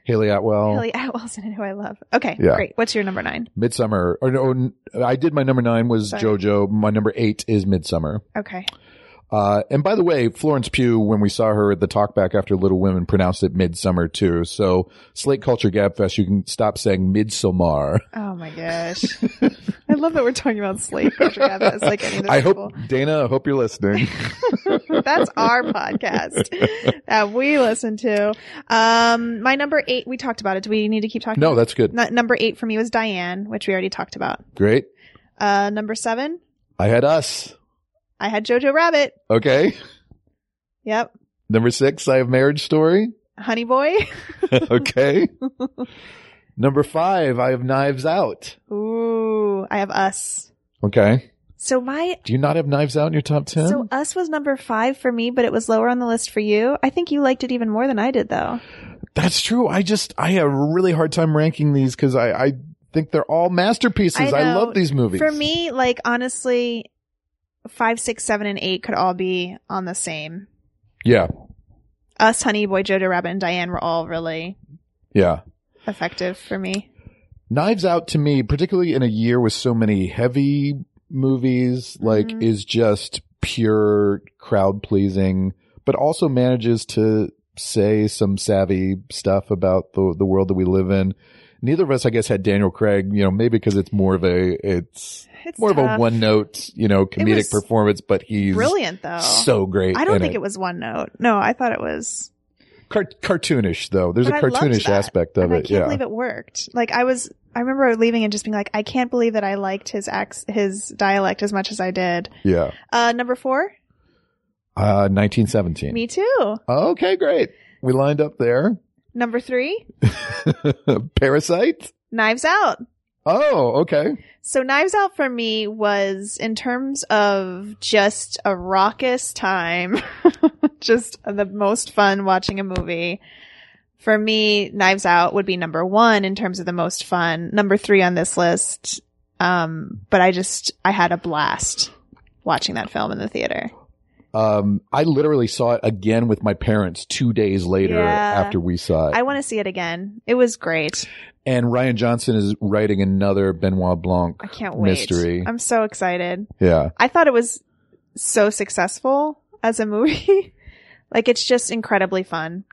[SPEAKER 3] Haley Atwell.
[SPEAKER 2] Haley Atwell's in it, who I love. Okay,
[SPEAKER 3] Oh. Yeah.
[SPEAKER 2] great. What's your number nine?
[SPEAKER 3] Midsummer, or no, n- I did my number nine was
[SPEAKER 2] Sorry.
[SPEAKER 3] JoJo. My number eight is Midsummer.
[SPEAKER 2] Okay.
[SPEAKER 3] Uh, and by the way, Florence Pugh, when we saw her at the talkback after Little Women, pronounced it midsummer too. So Slate Culture Gab Fest, you can stop saying midsummer.
[SPEAKER 2] Oh my gosh. I love that we're talking about slave culture. Yeah, that's like any of those
[SPEAKER 3] I hope
[SPEAKER 2] people.
[SPEAKER 3] Dana, I hope you're listening.
[SPEAKER 2] That's our podcast that we listen to. Um, my number eight, we talked about it. Do we need to keep talking?
[SPEAKER 3] no,
[SPEAKER 2] about
[SPEAKER 3] that's good.
[SPEAKER 2] it? N- number eight for me was Diane, which we already talked about.
[SPEAKER 3] Great.
[SPEAKER 2] Uh, number seven,
[SPEAKER 3] I had us.
[SPEAKER 2] I had Jojo Rabbit.
[SPEAKER 3] Okay.
[SPEAKER 2] Yep.
[SPEAKER 3] Number six, I have Marriage Story.
[SPEAKER 2] Honey Boy.
[SPEAKER 3] Okay. Number five, I have Knives Out.
[SPEAKER 2] Ooh, I have Us.
[SPEAKER 3] Okay.
[SPEAKER 2] So my
[SPEAKER 3] Do you not have Knives Out in your top 10?
[SPEAKER 2] so Us was number 5 for me, but it was lower on the list for you. I think you liked it even more than I did though.
[SPEAKER 3] That's true. I just, I have a really hard time ranking these because I, I think they're all masterpieces. I,
[SPEAKER 2] I know.
[SPEAKER 3] love these movies.
[SPEAKER 2] For me, like honestly, five, six, seven, and 8 could all be on the same.
[SPEAKER 3] Yeah.
[SPEAKER 2] Us, Honey Boy, Jojo Rabbit, and Diane were all really
[SPEAKER 3] Yeah.
[SPEAKER 2] effective for me.
[SPEAKER 3] Knives Out to me, particularly in a year with so many heavy movies, like
[SPEAKER 2] Mhm.
[SPEAKER 3] is just pure crowd pleasing, but also manages to say some savvy stuff about the the world that we live in. Neither of us, I guess, had Daniel Craig. You know, maybe because it's more of a it's
[SPEAKER 2] It's
[SPEAKER 3] more of
[SPEAKER 2] tough.
[SPEAKER 3] a one note, you know, comedic
[SPEAKER 2] was
[SPEAKER 3] performance, but he's
[SPEAKER 2] brilliant though.
[SPEAKER 3] so great.
[SPEAKER 2] I don't
[SPEAKER 3] in
[SPEAKER 2] think it. was one note. No, I thought it was
[SPEAKER 3] Car- cartoonish though. There's
[SPEAKER 2] But
[SPEAKER 3] a
[SPEAKER 2] I loved
[SPEAKER 3] cartoonish
[SPEAKER 2] that.
[SPEAKER 3] aspect of
[SPEAKER 2] And
[SPEAKER 3] it.
[SPEAKER 2] I can't
[SPEAKER 3] Yeah,
[SPEAKER 2] believe it worked. Like I was, I remember leaving and just being like, I can't believe that I liked his ex, his dialect as much as I did.
[SPEAKER 3] yeah.
[SPEAKER 2] Uh, number four,
[SPEAKER 3] Uh, 1917.
[SPEAKER 2] me too.
[SPEAKER 3] Okay, great. We lined up there.
[SPEAKER 2] Number three,
[SPEAKER 3] Parasite.
[SPEAKER 2] Knives Out.
[SPEAKER 3] Oh, okay.
[SPEAKER 2] So Knives Out for me was in terms of just a raucous time, just the most fun watching a movie. For me, Knives Out would be number one in terms of the most fun. Number three on this list. Um, but I just, I had a blast watching that film in the theater.
[SPEAKER 3] Um, I literally saw it again with my parents two days later
[SPEAKER 2] Yeah.
[SPEAKER 3] after we saw it.
[SPEAKER 2] I want to see it again. It was great.
[SPEAKER 3] and Ryan Johnson is writing another Benoit Blanc.
[SPEAKER 2] I can't wait.
[SPEAKER 3] Mystery.
[SPEAKER 2] I'm so excited.
[SPEAKER 3] Yeah.
[SPEAKER 2] I thought it was so successful as a movie. like it's just incredibly fun.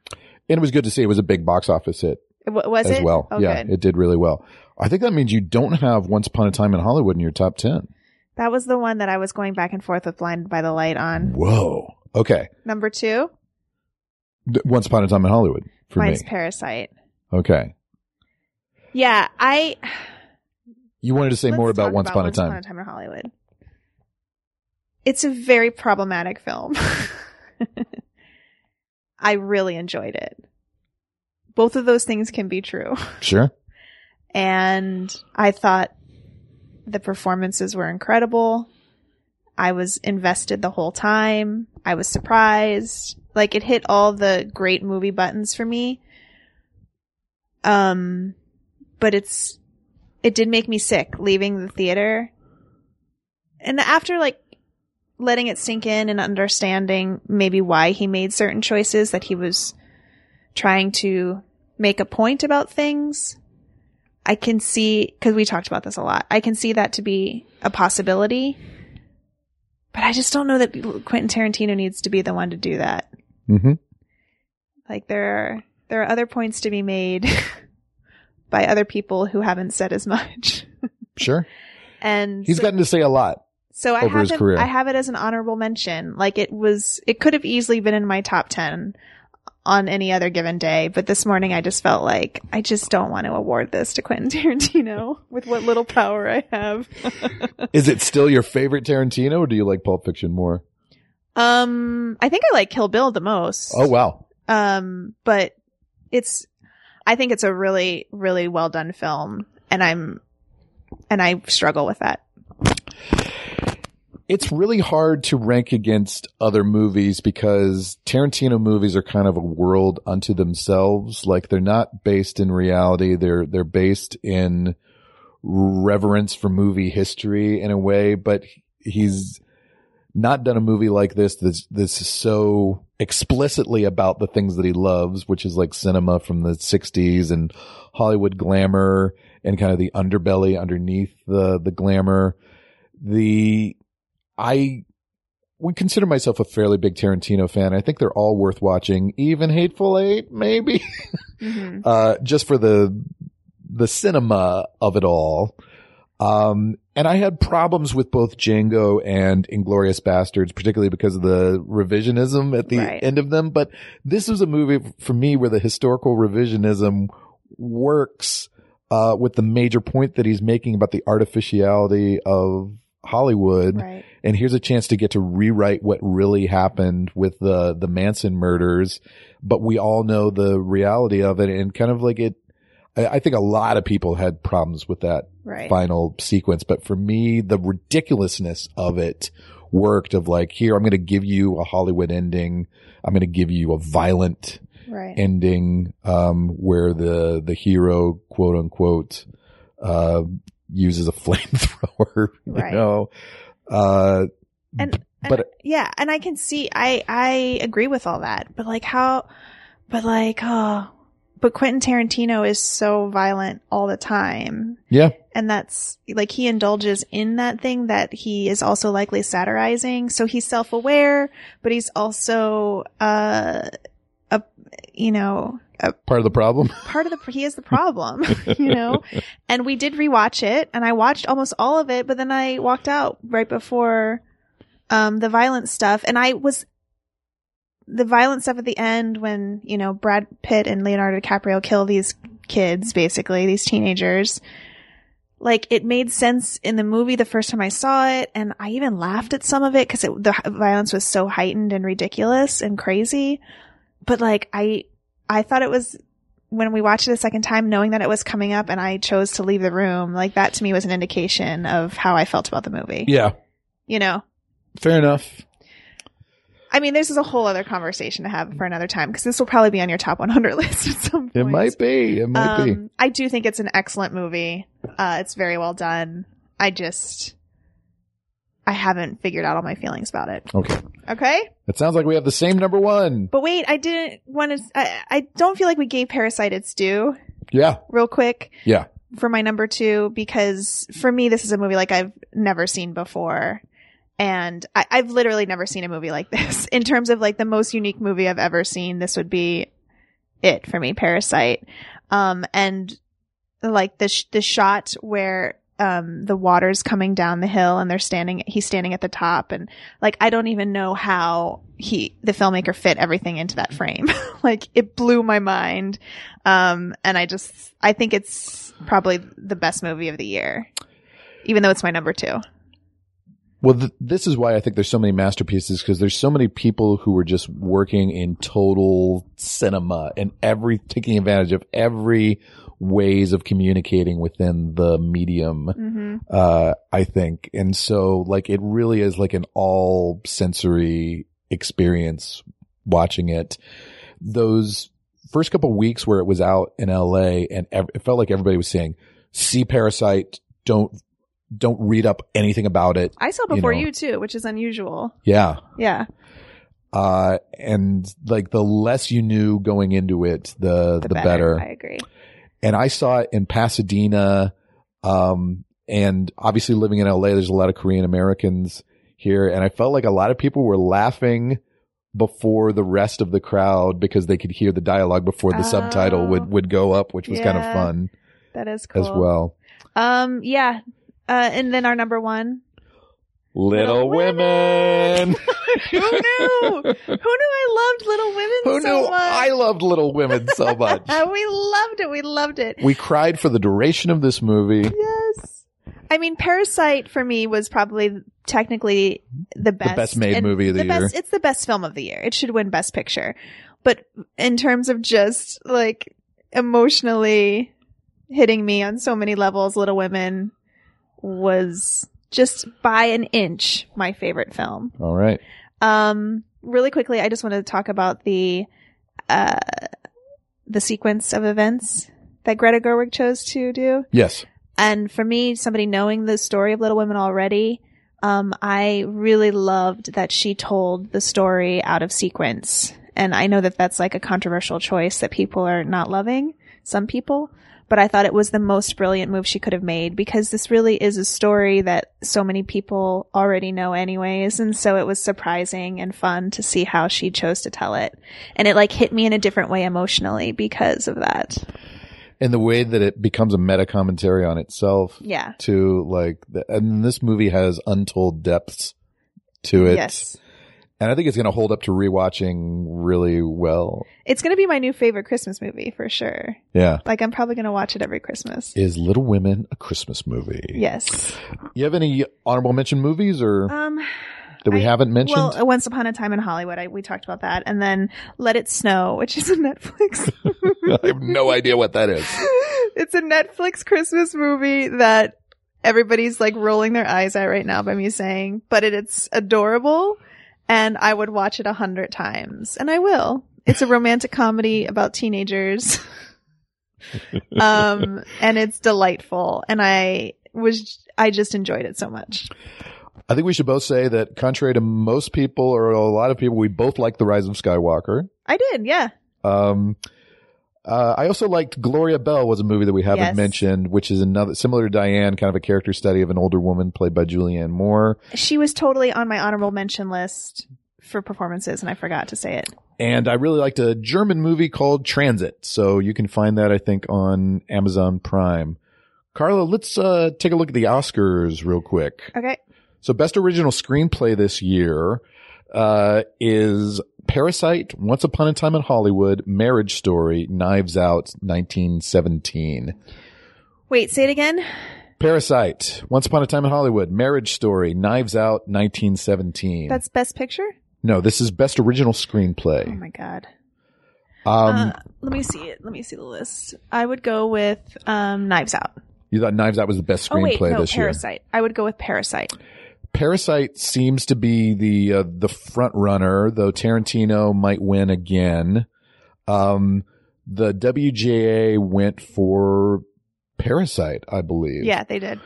[SPEAKER 3] And it was good to see it was a big box office hit
[SPEAKER 2] It, wa- was
[SPEAKER 3] as
[SPEAKER 2] it?
[SPEAKER 3] well.
[SPEAKER 2] Oh,
[SPEAKER 3] yeah,
[SPEAKER 2] good.
[SPEAKER 3] it did really well. I think that means you don't have Once Upon a Time in Hollywood in your top 10.
[SPEAKER 2] That was the one that I was going back and forth with Blinded by the Light on.
[SPEAKER 3] Whoa. Okay.
[SPEAKER 2] Number two,
[SPEAKER 3] Th- Once Upon a Time in Hollywood for
[SPEAKER 2] mine's
[SPEAKER 3] me.
[SPEAKER 2] Parasite.
[SPEAKER 3] okay.
[SPEAKER 2] Yeah, I
[SPEAKER 3] You wanted to say
[SPEAKER 2] let's
[SPEAKER 3] more about
[SPEAKER 2] talk
[SPEAKER 3] Once Upon a Time.
[SPEAKER 2] Upon a Time in Hollywood. It's a very problematic film. I really enjoyed it. Both of those things can be true.
[SPEAKER 3] Sure.
[SPEAKER 2] and I thought the performances were incredible. I was invested the whole time. I was surprised. Like it hit all the great movie buttons for me. Um but it's it did make me sick leaving the theater. And after like letting it sink in and understanding maybe why he made certain choices that he was trying to make a point about things, I can see, cause we talked about this a lot. I can see that to be a possibility, but I just don't know that Quentin Tarantino needs to be the one to do that.
[SPEAKER 3] Mm-hmm.
[SPEAKER 2] Like there are, there are other points to be made by other people who haven't said as much.
[SPEAKER 3] Sure.
[SPEAKER 2] And
[SPEAKER 3] He's
[SPEAKER 2] so-
[SPEAKER 3] gotten to say a lot.
[SPEAKER 2] so I
[SPEAKER 3] over
[SPEAKER 2] have
[SPEAKER 3] his
[SPEAKER 2] it,
[SPEAKER 3] career.
[SPEAKER 2] I have it as an honorable mention. Like it was, it could have easily been in my top 10 on any other given day, but this morning I just felt like I just don't want to award this to Quentin Tarantino with what little power I have.
[SPEAKER 3] Is it still your favorite Tarantino or do you like Pulp Fiction more?
[SPEAKER 2] Um, I think I like Kill Bill the most.
[SPEAKER 3] Oh, wow.
[SPEAKER 2] Um, but it's, I think it's a really, really well done film and I'm, and I struggle with that.
[SPEAKER 3] It's really hard to rank against other movies because Tarantino movies are kind of a world unto themselves. Like they're not based in reality. They're, they're based in reverence for movie history in a way, but he's not done a movie like this that's, that's so explicitly about the things that he loves, which is like cinema from the sixties and Hollywood glamour and kind of the underbelly underneath the, the glamour. The, I would consider myself a fairly big Tarantino fan. I think they're all worth watching, even Hateful Eight, maybe,
[SPEAKER 2] hmm
[SPEAKER 3] uh, just for the the cinema of it all. Um, and I had problems with both Django and Inglorious Bastards, particularly because of the revisionism at the
[SPEAKER 2] Right.
[SPEAKER 3] end of them. But this was a movie for me where the historical revisionism works, uh, with the major point that he's making about the artificiality of Hollywood
[SPEAKER 2] Right.
[SPEAKER 3] and here's a chance to get to rewrite what really happened with the the Manson murders, but we all know the reality of it and kind of like it. I, I think a lot of people had problems with that
[SPEAKER 2] Right.
[SPEAKER 3] final sequence, but for me, the ridiculousness of it worked. Of like, here I'm going to give you a Hollywood ending. I'm going to give you a violent
[SPEAKER 2] Right.
[SPEAKER 3] ending um, where the the hero quote unquote uh, uses a flamethrower you
[SPEAKER 2] Right.
[SPEAKER 3] know uh,
[SPEAKER 2] And-
[SPEAKER 3] but-
[SPEAKER 2] yeah, and I can see I I agree with all that. But like how but like oh but Quentin Tarantino is so violent all the time.
[SPEAKER 3] Yeah.
[SPEAKER 2] And that's like he indulges in that thing that he is also likely satirizing. So he's self-aware, but he's also uh a you know, a
[SPEAKER 3] part of the problem
[SPEAKER 2] part of the he is the problem, you know. And we did rewatch it, and I watched almost all of it, but then I walked out right before um, the violent stuff, and I was the violent stuff at the end when you know Brad Pitt and Leonardo DiCaprio kill these kids, basically these teenagers. Like it made sense in the movie the first time I saw it, and I even laughed at some of it because the h- violence was so heightened and ridiculous and crazy. But like I, I thought it was when we watched it a second time, knowing that it was coming up and I chose to leave the room, like that to me was an indication of how I felt about the movie.
[SPEAKER 3] Yeah.
[SPEAKER 2] You know,
[SPEAKER 3] Fair enough.
[SPEAKER 2] I mean, this is a whole other conversation to have for another time because this will probably be on your top 100 list at some point.
[SPEAKER 3] It might be. It might be.
[SPEAKER 2] Um, I do think it's an excellent movie. Uh, it's very well done. I just, I haven't figured out all my feelings about it.
[SPEAKER 3] Okay.
[SPEAKER 2] Okay.
[SPEAKER 3] It sounds like we have the same number one.
[SPEAKER 2] But wait, I didn't want to, I, I don't feel like we gave Parasite its due
[SPEAKER 3] Yeah.
[SPEAKER 2] real quick.
[SPEAKER 3] Yeah.
[SPEAKER 2] For my number two, because for me, this is a movie like I've never seen before. And I, I've literally never seen a movie like this. In terms of like the most unique movie I've ever seen, this would be it for me, Parasite. Um, and like the, sh- the shot where, um, the water's coming down the hill and they're standing, he's standing at the top. And like, I don't even know how he, the filmmaker fit everything into that frame. like it blew my mind. Um, and I just, I think it's probably the best movie of the year, even though it's my number two.
[SPEAKER 3] Well, th- this is why I think there's so many masterpieces because there's so many people who were just working in total cinema and every taking advantage of every ways of communicating within the medium.
[SPEAKER 2] Mm-hmm.
[SPEAKER 3] Uh, I think, and so like it really is like an all sensory experience watching it. Those first couple weeks where it was out in LA and ev- it felt like everybody was saying, "See Parasite, don't." Don't read up anything about it.
[SPEAKER 2] I saw
[SPEAKER 3] You
[SPEAKER 2] before
[SPEAKER 3] know.
[SPEAKER 2] you, too, which is unusual.
[SPEAKER 3] Yeah.
[SPEAKER 2] Yeah.
[SPEAKER 3] Uh, and like the less you knew going into it, the, the, better.
[SPEAKER 2] I agree.
[SPEAKER 3] And I saw it in Pasadena. Um, and obviously living in LA, there's a lot of Korean Americans here. And I felt like a lot of people were laughing before the rest of the crowd because they could hear the dialogue before the subtitle
[SPEAKER 2] Oh.
[SPEAKER 3] would, would go up, which was kind of
[SPEAKER 2] Yeah.
[SPEAKER 3] fun
[SPEAKER 2] That is cool.
[SPEAKER 3] as well.
[SPEAKER 2] Um, yeah. Uh, and then our number one. Little
[SPEAKER 3] Women.
[SPEAKER 2] Who knew? Who knew I loved Little Women
[SPEAKER 3] Who
[SPEAKER 2] so
[SPEAKER 3] knew
[SPEAKER 2] much? Uh,
[SPEAKER 3] I loved Little Women so much?
[SPEAKER 2] we loved it. We loved it.
[SPEAKER 3] we cried for the duration of this movie.
[SPEAKER 2] Yes. I mean, Parasite for me was probably technically the best,
[SPEAKER 3] best made
[SPEAKER 2] and
[SPEAKER 3] movie of the year.
[SPEAKER 2] Best, it's the best film of the year. It should win Best Picture. But in terms of just like emotionally hitting me on so many levels, Little Women was just by an inch my favorite film.
[SPEAKER 3] All right.
[SPEAKER 2] Um, really quickly, I just want to talk about the uh, the sequence of events that Greta Gerwig chose to do.
[SPEAKER 3] Yes.
[SPEAKER 2] And for me, somebody knowing the story of Little Women already, um, I really loved that she told the story out of sequence. And I know that that's like a controversial choice that people are not loving, some people, but I thought it was the most brilliant move she could have made because this really is a story that so many people already know anyways. And so it was surprising and fun to see how she chose to tell it. And it like hit me in a different way emotionally because of that.
[SPEAKER 3] And the way that it becomes a meta commentary on itself
[SPEAKER 2] Yeah.
[SPEAKER 3] to like, the, and this movie has untold depths to it.
[SPEAKER 2] yes.
[SPEAKER 3] And I think it's going to hold up to rewatching really well.
[SPEAKER 2] It's gonna be my new favorite Christmas movie for sure.
[SPEAKER 3] Yeah.
[SPEAKER 2] Like I'm probably gonna watch it every Christmas.
[SPEAKER 3] Is Little Women a Christmas movie?
[SPEAKER 2] Yes.
[SPEAKER 3] You have any honorable mention movies or
[SPEAKER 2] Um.
[SPEAKER 3] that we
[SPEAKER 2] I-
[SPEAKER 3] haven't mentioned?
[SPEAKER 2] Well, Once Upon a Time in Hollywood, I, we talked about that, and then Let It Snow, which is a Netflix. uh,
[SPEAKER 3] I have no idea what that is.
[SPEAKER 2] it's a Netflix Christmas movie that everybody's like rolling their eyes at right now by me saying, but it, it's adorable, and I would watch it a hundred times, and I will. It's a romantic comedy about teenagers. um, and it's delightful, and I was I just enjoyed it so much.
[SPEAKER 3] I think we should both say that contrary to most people or a lot of people, we both like The Rise of Skywalker.
[SPEAKER 2] I did, yeah.
[SPEAKER 3] Um, uh, I also liked Gloria Bell was a movie that we haven't
[SPEAKER 2] Yes.
[SPEAKER 3] mentioned, which is another similar to Diane, kind of a character study of an older woman played by Julianne Moore.
[SPEAKER 2] She was totally on my honorable mention list for performances, and I forgot to say it.
[SPEAKER 3] And I really liked a German movie called Transit. So you can find that I think on Amazon Prime. Carla, let's uh, take a look at the Oscars real quick.
[SPEAKER 2] Okay,
[SPEAKER 3] So best original screenplay this year uh, is Parasite, Once Upon a Time in Hollywood, Marriage Story, Knives Out, 1917.
[SPEAKER 2] wait, say it again.
[SPEAKER 3] Parasite, Once Upon a Time in Hollywood, Marriage Story, Knives Out, 1917.
[SPEAKER 2] That's Best Picture.
[SPEAKER 3] no, this is Best Original
[SPEAKER 2] Oh
[SPEAKER 3] Screenplay.
[SPEAKER 2] my god.
[SPEAKER 3] Um,
[SPEAKER 2] uh, let me see it. Let me see the list. I would go with um, Knives Out.
[SPEAKER 3] you thought Knives Out was the best
[SPEAKER 2] Oh
[SPEAKER 3] screenplay
[SPEAKER 2] wait, no,
[SPEAKER 3] this year.
[SPEAKER 2] Parasite. I would go with Parasite.
[SPEAKER 3] Parasite seems to be the uh, the front runner, though Tarantino might win again. Um, the WJA went for Parasite, I believe.
[SPEAKER 2] Yeah, they did.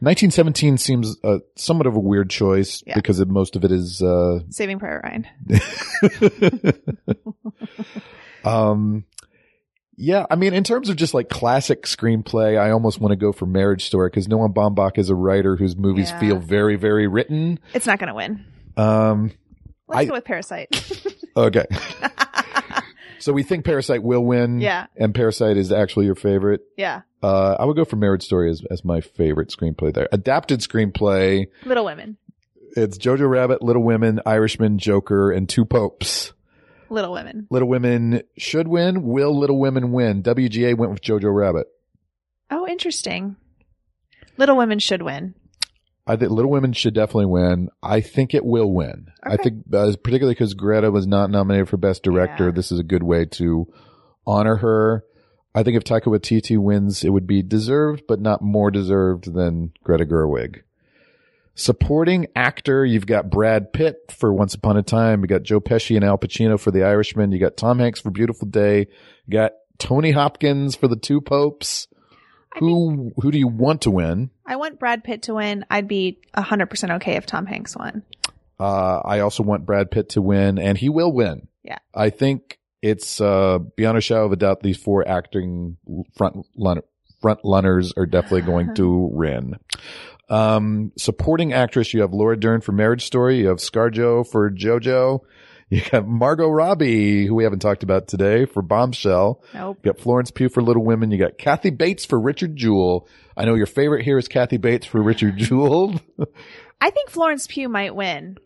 [SPEAKER 3] 1917 seems uh, somewhat of a weird choice
[SPEAKER 2] Yeah.
[SPEAKER 3] because it, most of it is. Uh,
[SPEAKER 2] Saving Private Ryan.
[SPEAKER 3] um, yeah, I mean, in terms of just like classic screenplay, I almost want to go for Marriage Story because Noah Baumbach is a writer whose movies
[SPEAKER 2] Yeah.
[SPEAKER 3] feel very, very written.
[SPEAKER 2] It's not going to win.
[SPEAKER 3] Um,
[SPEAKER 2] Let's
[SPEAKER 3] I-
[SPEAKER 2] go with Parasite.
[SPEAKER 3] okay. So we think Parasite will win.
[SPEAKER 2] yeah,
[SPEAKER 3] And Parasite is actually your favorite.
[SPEAKER 2] yeah.
[SPEAKER 3] Uh, I would go for Marriage Story as, as my favorite screenplay there. Adapted screenplay.
[SPEAKER 2] Little Women.
[SPEAKER 3] It's Jojo Rabbit, Little Women, Irishman, Joker, and Two Popes.
[SPEAKER 2] Little Women.
[SPEAKER 3] Little Women should win. Will Little Women win? WGA went with Jojo Rabbit.
[SPEAKER 2] Oh, interesting. Little Women should win.
[SPEAKER 3] I think Little Women should definitely win. I think it will win. I
[SPEAKER 2] Okay.
[SPEAKER 3] think, uh, particularly because Greta was not nominated for Best Director,
[SPEAKER 2] Yeah.
[SPEAKER 3] this is a good way to honor her. I think if Taika Waititi wins, it would be deserved, but not more deserved than Greta Gerwig. Supporting actor, you've got Brad Pitt for Once Upon a Time. You got Joe Pesci and Al Pacino for The Irishman. You got Tom Hanks for Beautiful Day. You got Tony Hopkins for The Two Popes.
[SPEAKER 2] I
[SPEAKER 3] who who do you want to win?
[SPEAKER 2] I want Brad Pitt to win. I'd be 100% okay if Tom Hanks won.
[SPEAKER 3] Uh, I also want Brad Pitt to win, and he will win.
[SPEAKER 2] Yeah.
[SPEAKER 3] I think it's uh, beyond a shadow of a doubt. These four acting front lun- front runners are definitely going to win. Um, supporting actress, you have Laura Dern for Marriage Story. You have ScarJo for JoJo. You got Margot Robbie, who we haven't talked about today, for Bombshell.
[SPEAKER 2] Nope.
[SPEAKER 3] You got Florence Pugh for Little Women. You got Kathy Bates for Richard Jewell. I know your favorite here is Kathy Bates for Richard Jewell.
[SPEAKER 2] I think Florence Pugh might win.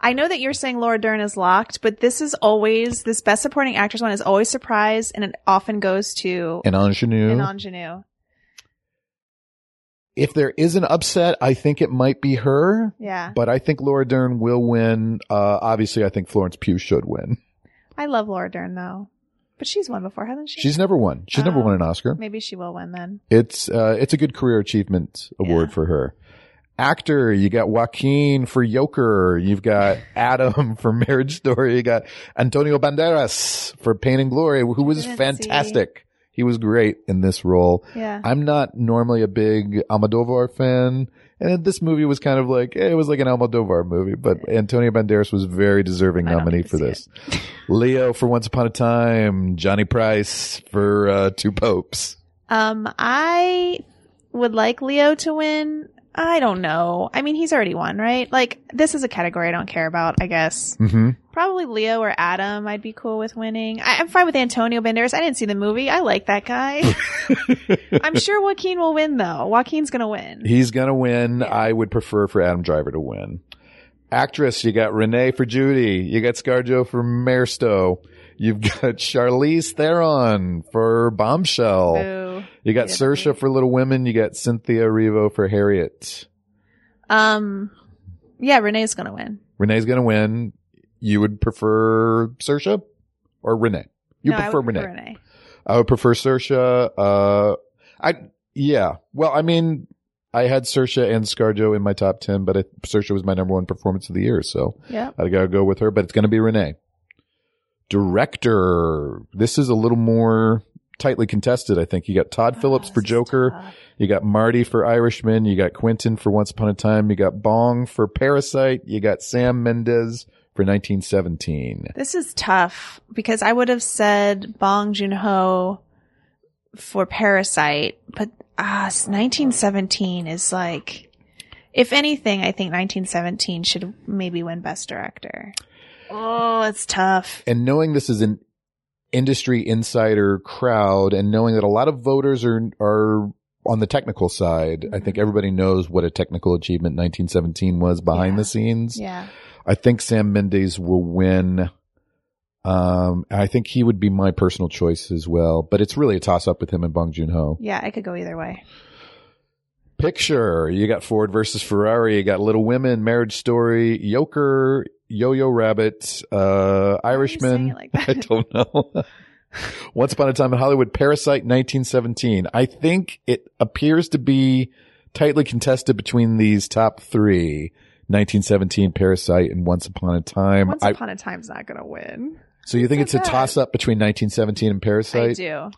[SPEAKER 2] I know that you're saying Laura Dern is locked, but this is always this best supporting actress one is always surprised and it often goes to
[SPEAKER 3] and Ingenue.
[SPEAKER 2] an ingenue.
[SPEAKER 3] if there is an upset, I think it might be her,
[SPEAKER 2] Yeah.
[SPEAKER 3] but I think Laura Dern will win. Uh, obviously, I think Florence Pugh should win.
[SPEAKER 2] I love Laura Dern though. But she's won before, hasn't she?
[SPEAKER 3] She's never won. She's never
[SPEAKER 2] Oh.
[SPEAKER 3] won an Oscar.
[SPEAKER 2] Maybe she will win then.
[SPEAKER 3] It's uh, it's a good career achievement award
[SPEAKER 2] Yeah.
[SPEAKER 3] for her. Actor, you got Joaquin for Joker. You've got Adam for Marriage Story. You got Antonio Banderas for Pain and Glory, who was
[SPEAKER 2] Didn't see.
[SPEAKER 3] fantastic. He was great in this role.
[SPEAKER 2] Yeah.
[SPEAKER 3] I'm not normally a big Almodovar fan, and this movie was kind of like eh, it was like an Almodovar movie, but Antonio Banderas was very deserving
[SPEAKER 2] I don't
[SPEAKER 3] nominee
[SPEAKER 2] need to
[SPEAKER 3] for
[SPEAKER 2] see
[SPEAKER 3] this. Leo for Once Upon a Time, Johnny Price for uh, Two Popes.
[SPEAKER 2] Um I would like Leo to win. I don't know. I mean, he's already won, right? Like this is a category I don't care about, I guess.
[SPEAKER 3] Mm-hmm.
[SPEAKER 2] Probably Leo or Adam. I'd be cool with winning. I, I'm fine with Antonio Banderas. I didn't see the movie. I like that guy. I'm sure Joaquin will win though. Joaquin's gonna win.
[SPEAKER 3] He's gonna win. I would prefer for Adam Driver to win. Actress, you got Renee for Judy. You got ScarJo for Maristo. You've got Charlize Theron for Bombshell.
[SPEAKER 2] Boo.
[SPEAKER 3] You got
[SPEAKER 2] Yeah.
[SPEAKER 3] Sersha for Little Women. You got Cynthia Revo for Harriet.
[SPEAKER 2] Um, yeah, Renee's gonna win.
[SPEAKER 3] Renee's going to win. You would prefer Sersha or Renee? You
[SPEAKER 2] No, I
[SPEAKER 3] prefer
[SPEAKER 2] would
[SPEAKER 3] Renee. I would prefer Sersha. Uh, I, yeah. Well, I mean, I had Sersha and Scarjo in my top 10, but I, Sersha was my number one performance of the year. So
[SPEAKER 2] Yep.
[SPEAKER 3] I got to go with her, but it's going to be Renee. Director. This is a little more tightly contested, I think. You got Todd Phillips
[SPEAKER 2] Oh,
[SPEAKER 3] for
[SPEAKER 2] this is
[SPEAKER 3] Joker.
[SPEAKER 2] tough.
[SPEAKER 3] You got Marty for Irishman. You got Quentin for Once Upon a Time. You got Bong for Parasite. You got Sam Mendes for 1917.
[SPEAKER 2] This is tough because I would have said Bong Joon Ho for Parasite, but ah, it's 1917 is like, if anything, I think 1917 should maybe win Best Director. Oh, it's tough.
[SPEAKER 3] And knowing this is an industry insider crowd and knowing that a lot of voters are, are on the technical side, I
[SPEAKER 2] Mm-hmm.
[SPEAKER 3] think everybody knows what a technical achievement 1917 was behind
[SPEAKER 2] Yeah.
[SPEAKER 3] the scenes.
[SPEAKER 2] Yeah.
[SPEAKER 3] I think Sam Mendes will win. Um, I think he would be my personal choice as well, but it's really a toss up with him and Bong Joon Ho.
[SPEAKER 2] Yeah, I could go either way.
[SPEAKER 3] Picture. You got Ford versus Ferrari. You got Little Women, Marriage Story, Joker, Yo-Yo Rabbit, uh, Irishman.
[SPEAKER 2] saying it like that?
[SPEAKER 3] I don't know. Once Upon a Time in Hollywood, Parasite, 1917. I think it appears to be tightly contested between these top three. 1917, Parasite, and Once Upon a Time.
[SPEAKER 2] Once
[SPEAKER 3] I-
[SPEAKER 2] upon a time's not gonna win.
[SPEAKER 3] so you think it's
[SPEAKER 2] so
[SPEAKER 3] a
[SPEAKER 2] bad.
[SPEAKER 3] toss up between 1917 and
[SPEAKER 2] I
[SPEAKER 3] Parasite?
[SPEAKER 2] do.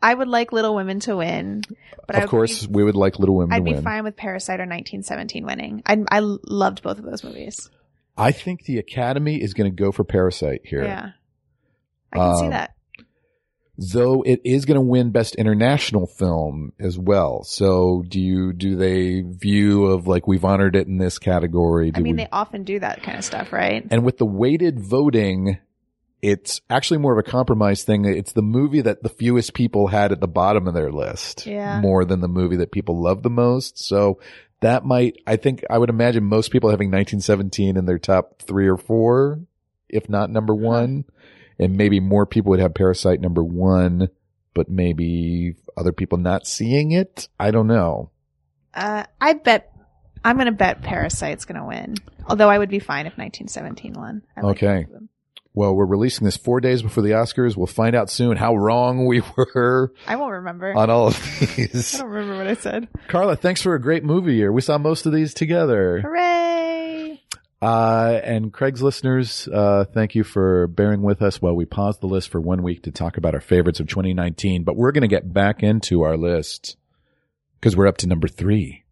[SPEAKER 2] I would like Little Women to win, but I
[SPEAKER 3] Of
[SPEAKER 2] would
[SPEAKER 3] course,
[SPEAKER 2] Be,
[SPEAKER 3] we would like Little Women
[SPEAKER 2] I'd
[SPEAKER 3] to
[SPEAKER 2] be
[SPEAKER 3] win.
[SPEAKER 2] fine with Parasite or 1917 winning. I I loved both of those movies.
[SPEAKER 3] I think the Academy is going to go for Parasite here.
[SPEAKER 2] Yeah, I can see
[SPEAKER 3] Um,
[SPEAKER 2] that.
[SPEAKER 3] though it is going to win best international film as well. So do you, do they view of like, we've honored it in this category? Do
[SPEAKER 2] I mean,
[SPEAKER 3] we,
[SPEAKER 2] they often do that kind of stuff, right?
[SPEAKER 3] and with the weighted voting, it's actually more of a compromise thing. It's the movie that the fewest people had at the bottom of their list
[SPEAKER 2] Yeah.
[SPEAKER 3] more than the movie that people love the most. So that might, I think I would imagine most people having 1917 in their top three or four, if not number one. And maybe more people would have Parasite number one, but maybe other people not seeing it. I don't know.
[SPEAKER 2] Uh, I bet I'm going to bet Parasite's going to win. Although I would be fine if 1917 won. I like
[SPEAKER 3] Okay.
[SPEAKER 2] both of them.
[SPEAKER 3] Well, we're releasing this four days before the Oscars. We'll find out soon how wrong we were
[SPEAKER 2] I won't remember.
[SPEAKER 3] on all of these.
[SPEAKER 2] I don't remember what I said.
[SPEAKER 3] Carla, thanks for a great movie year. We saw most of these together.
[SPEAKER 2] Hooray!
[SPEAKER 3] Uh, and Craig's listeners, uh, thank you for bearing with us while we pause the list for one week to talk about our favorites of 2019. But we're going to get back into our list because we're up to number three.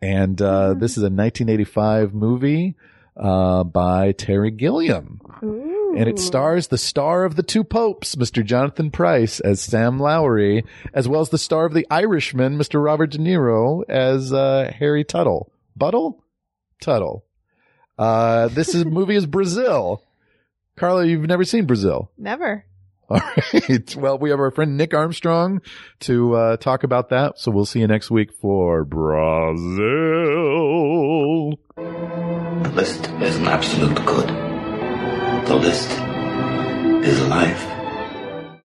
[SPEAKER 3] And, uh, this is a 1985 movie, uh, by Terry Gilliam.
[SPEAKER 2] Ooh.
[SPEAKER 3] And it stars the star of The Two Popes, Mr. Jonathan Price, as Sam Lowry, as well as the star of The Irishman, Mr. Robert De Niro, as uh, Harry Tuttle. Buttle? Tuttle. Uh, this is, movie is Brazil. Carla, you've never seen Brazil.
[SPEAKER 2] Never.
[SPEAKER 3] All right. Well, we have our friend Nick Armstrong to uh, talk about that. So we'll see you next week for Brazil.
[SPEAKER 4] The list is an absolute good. The list is life.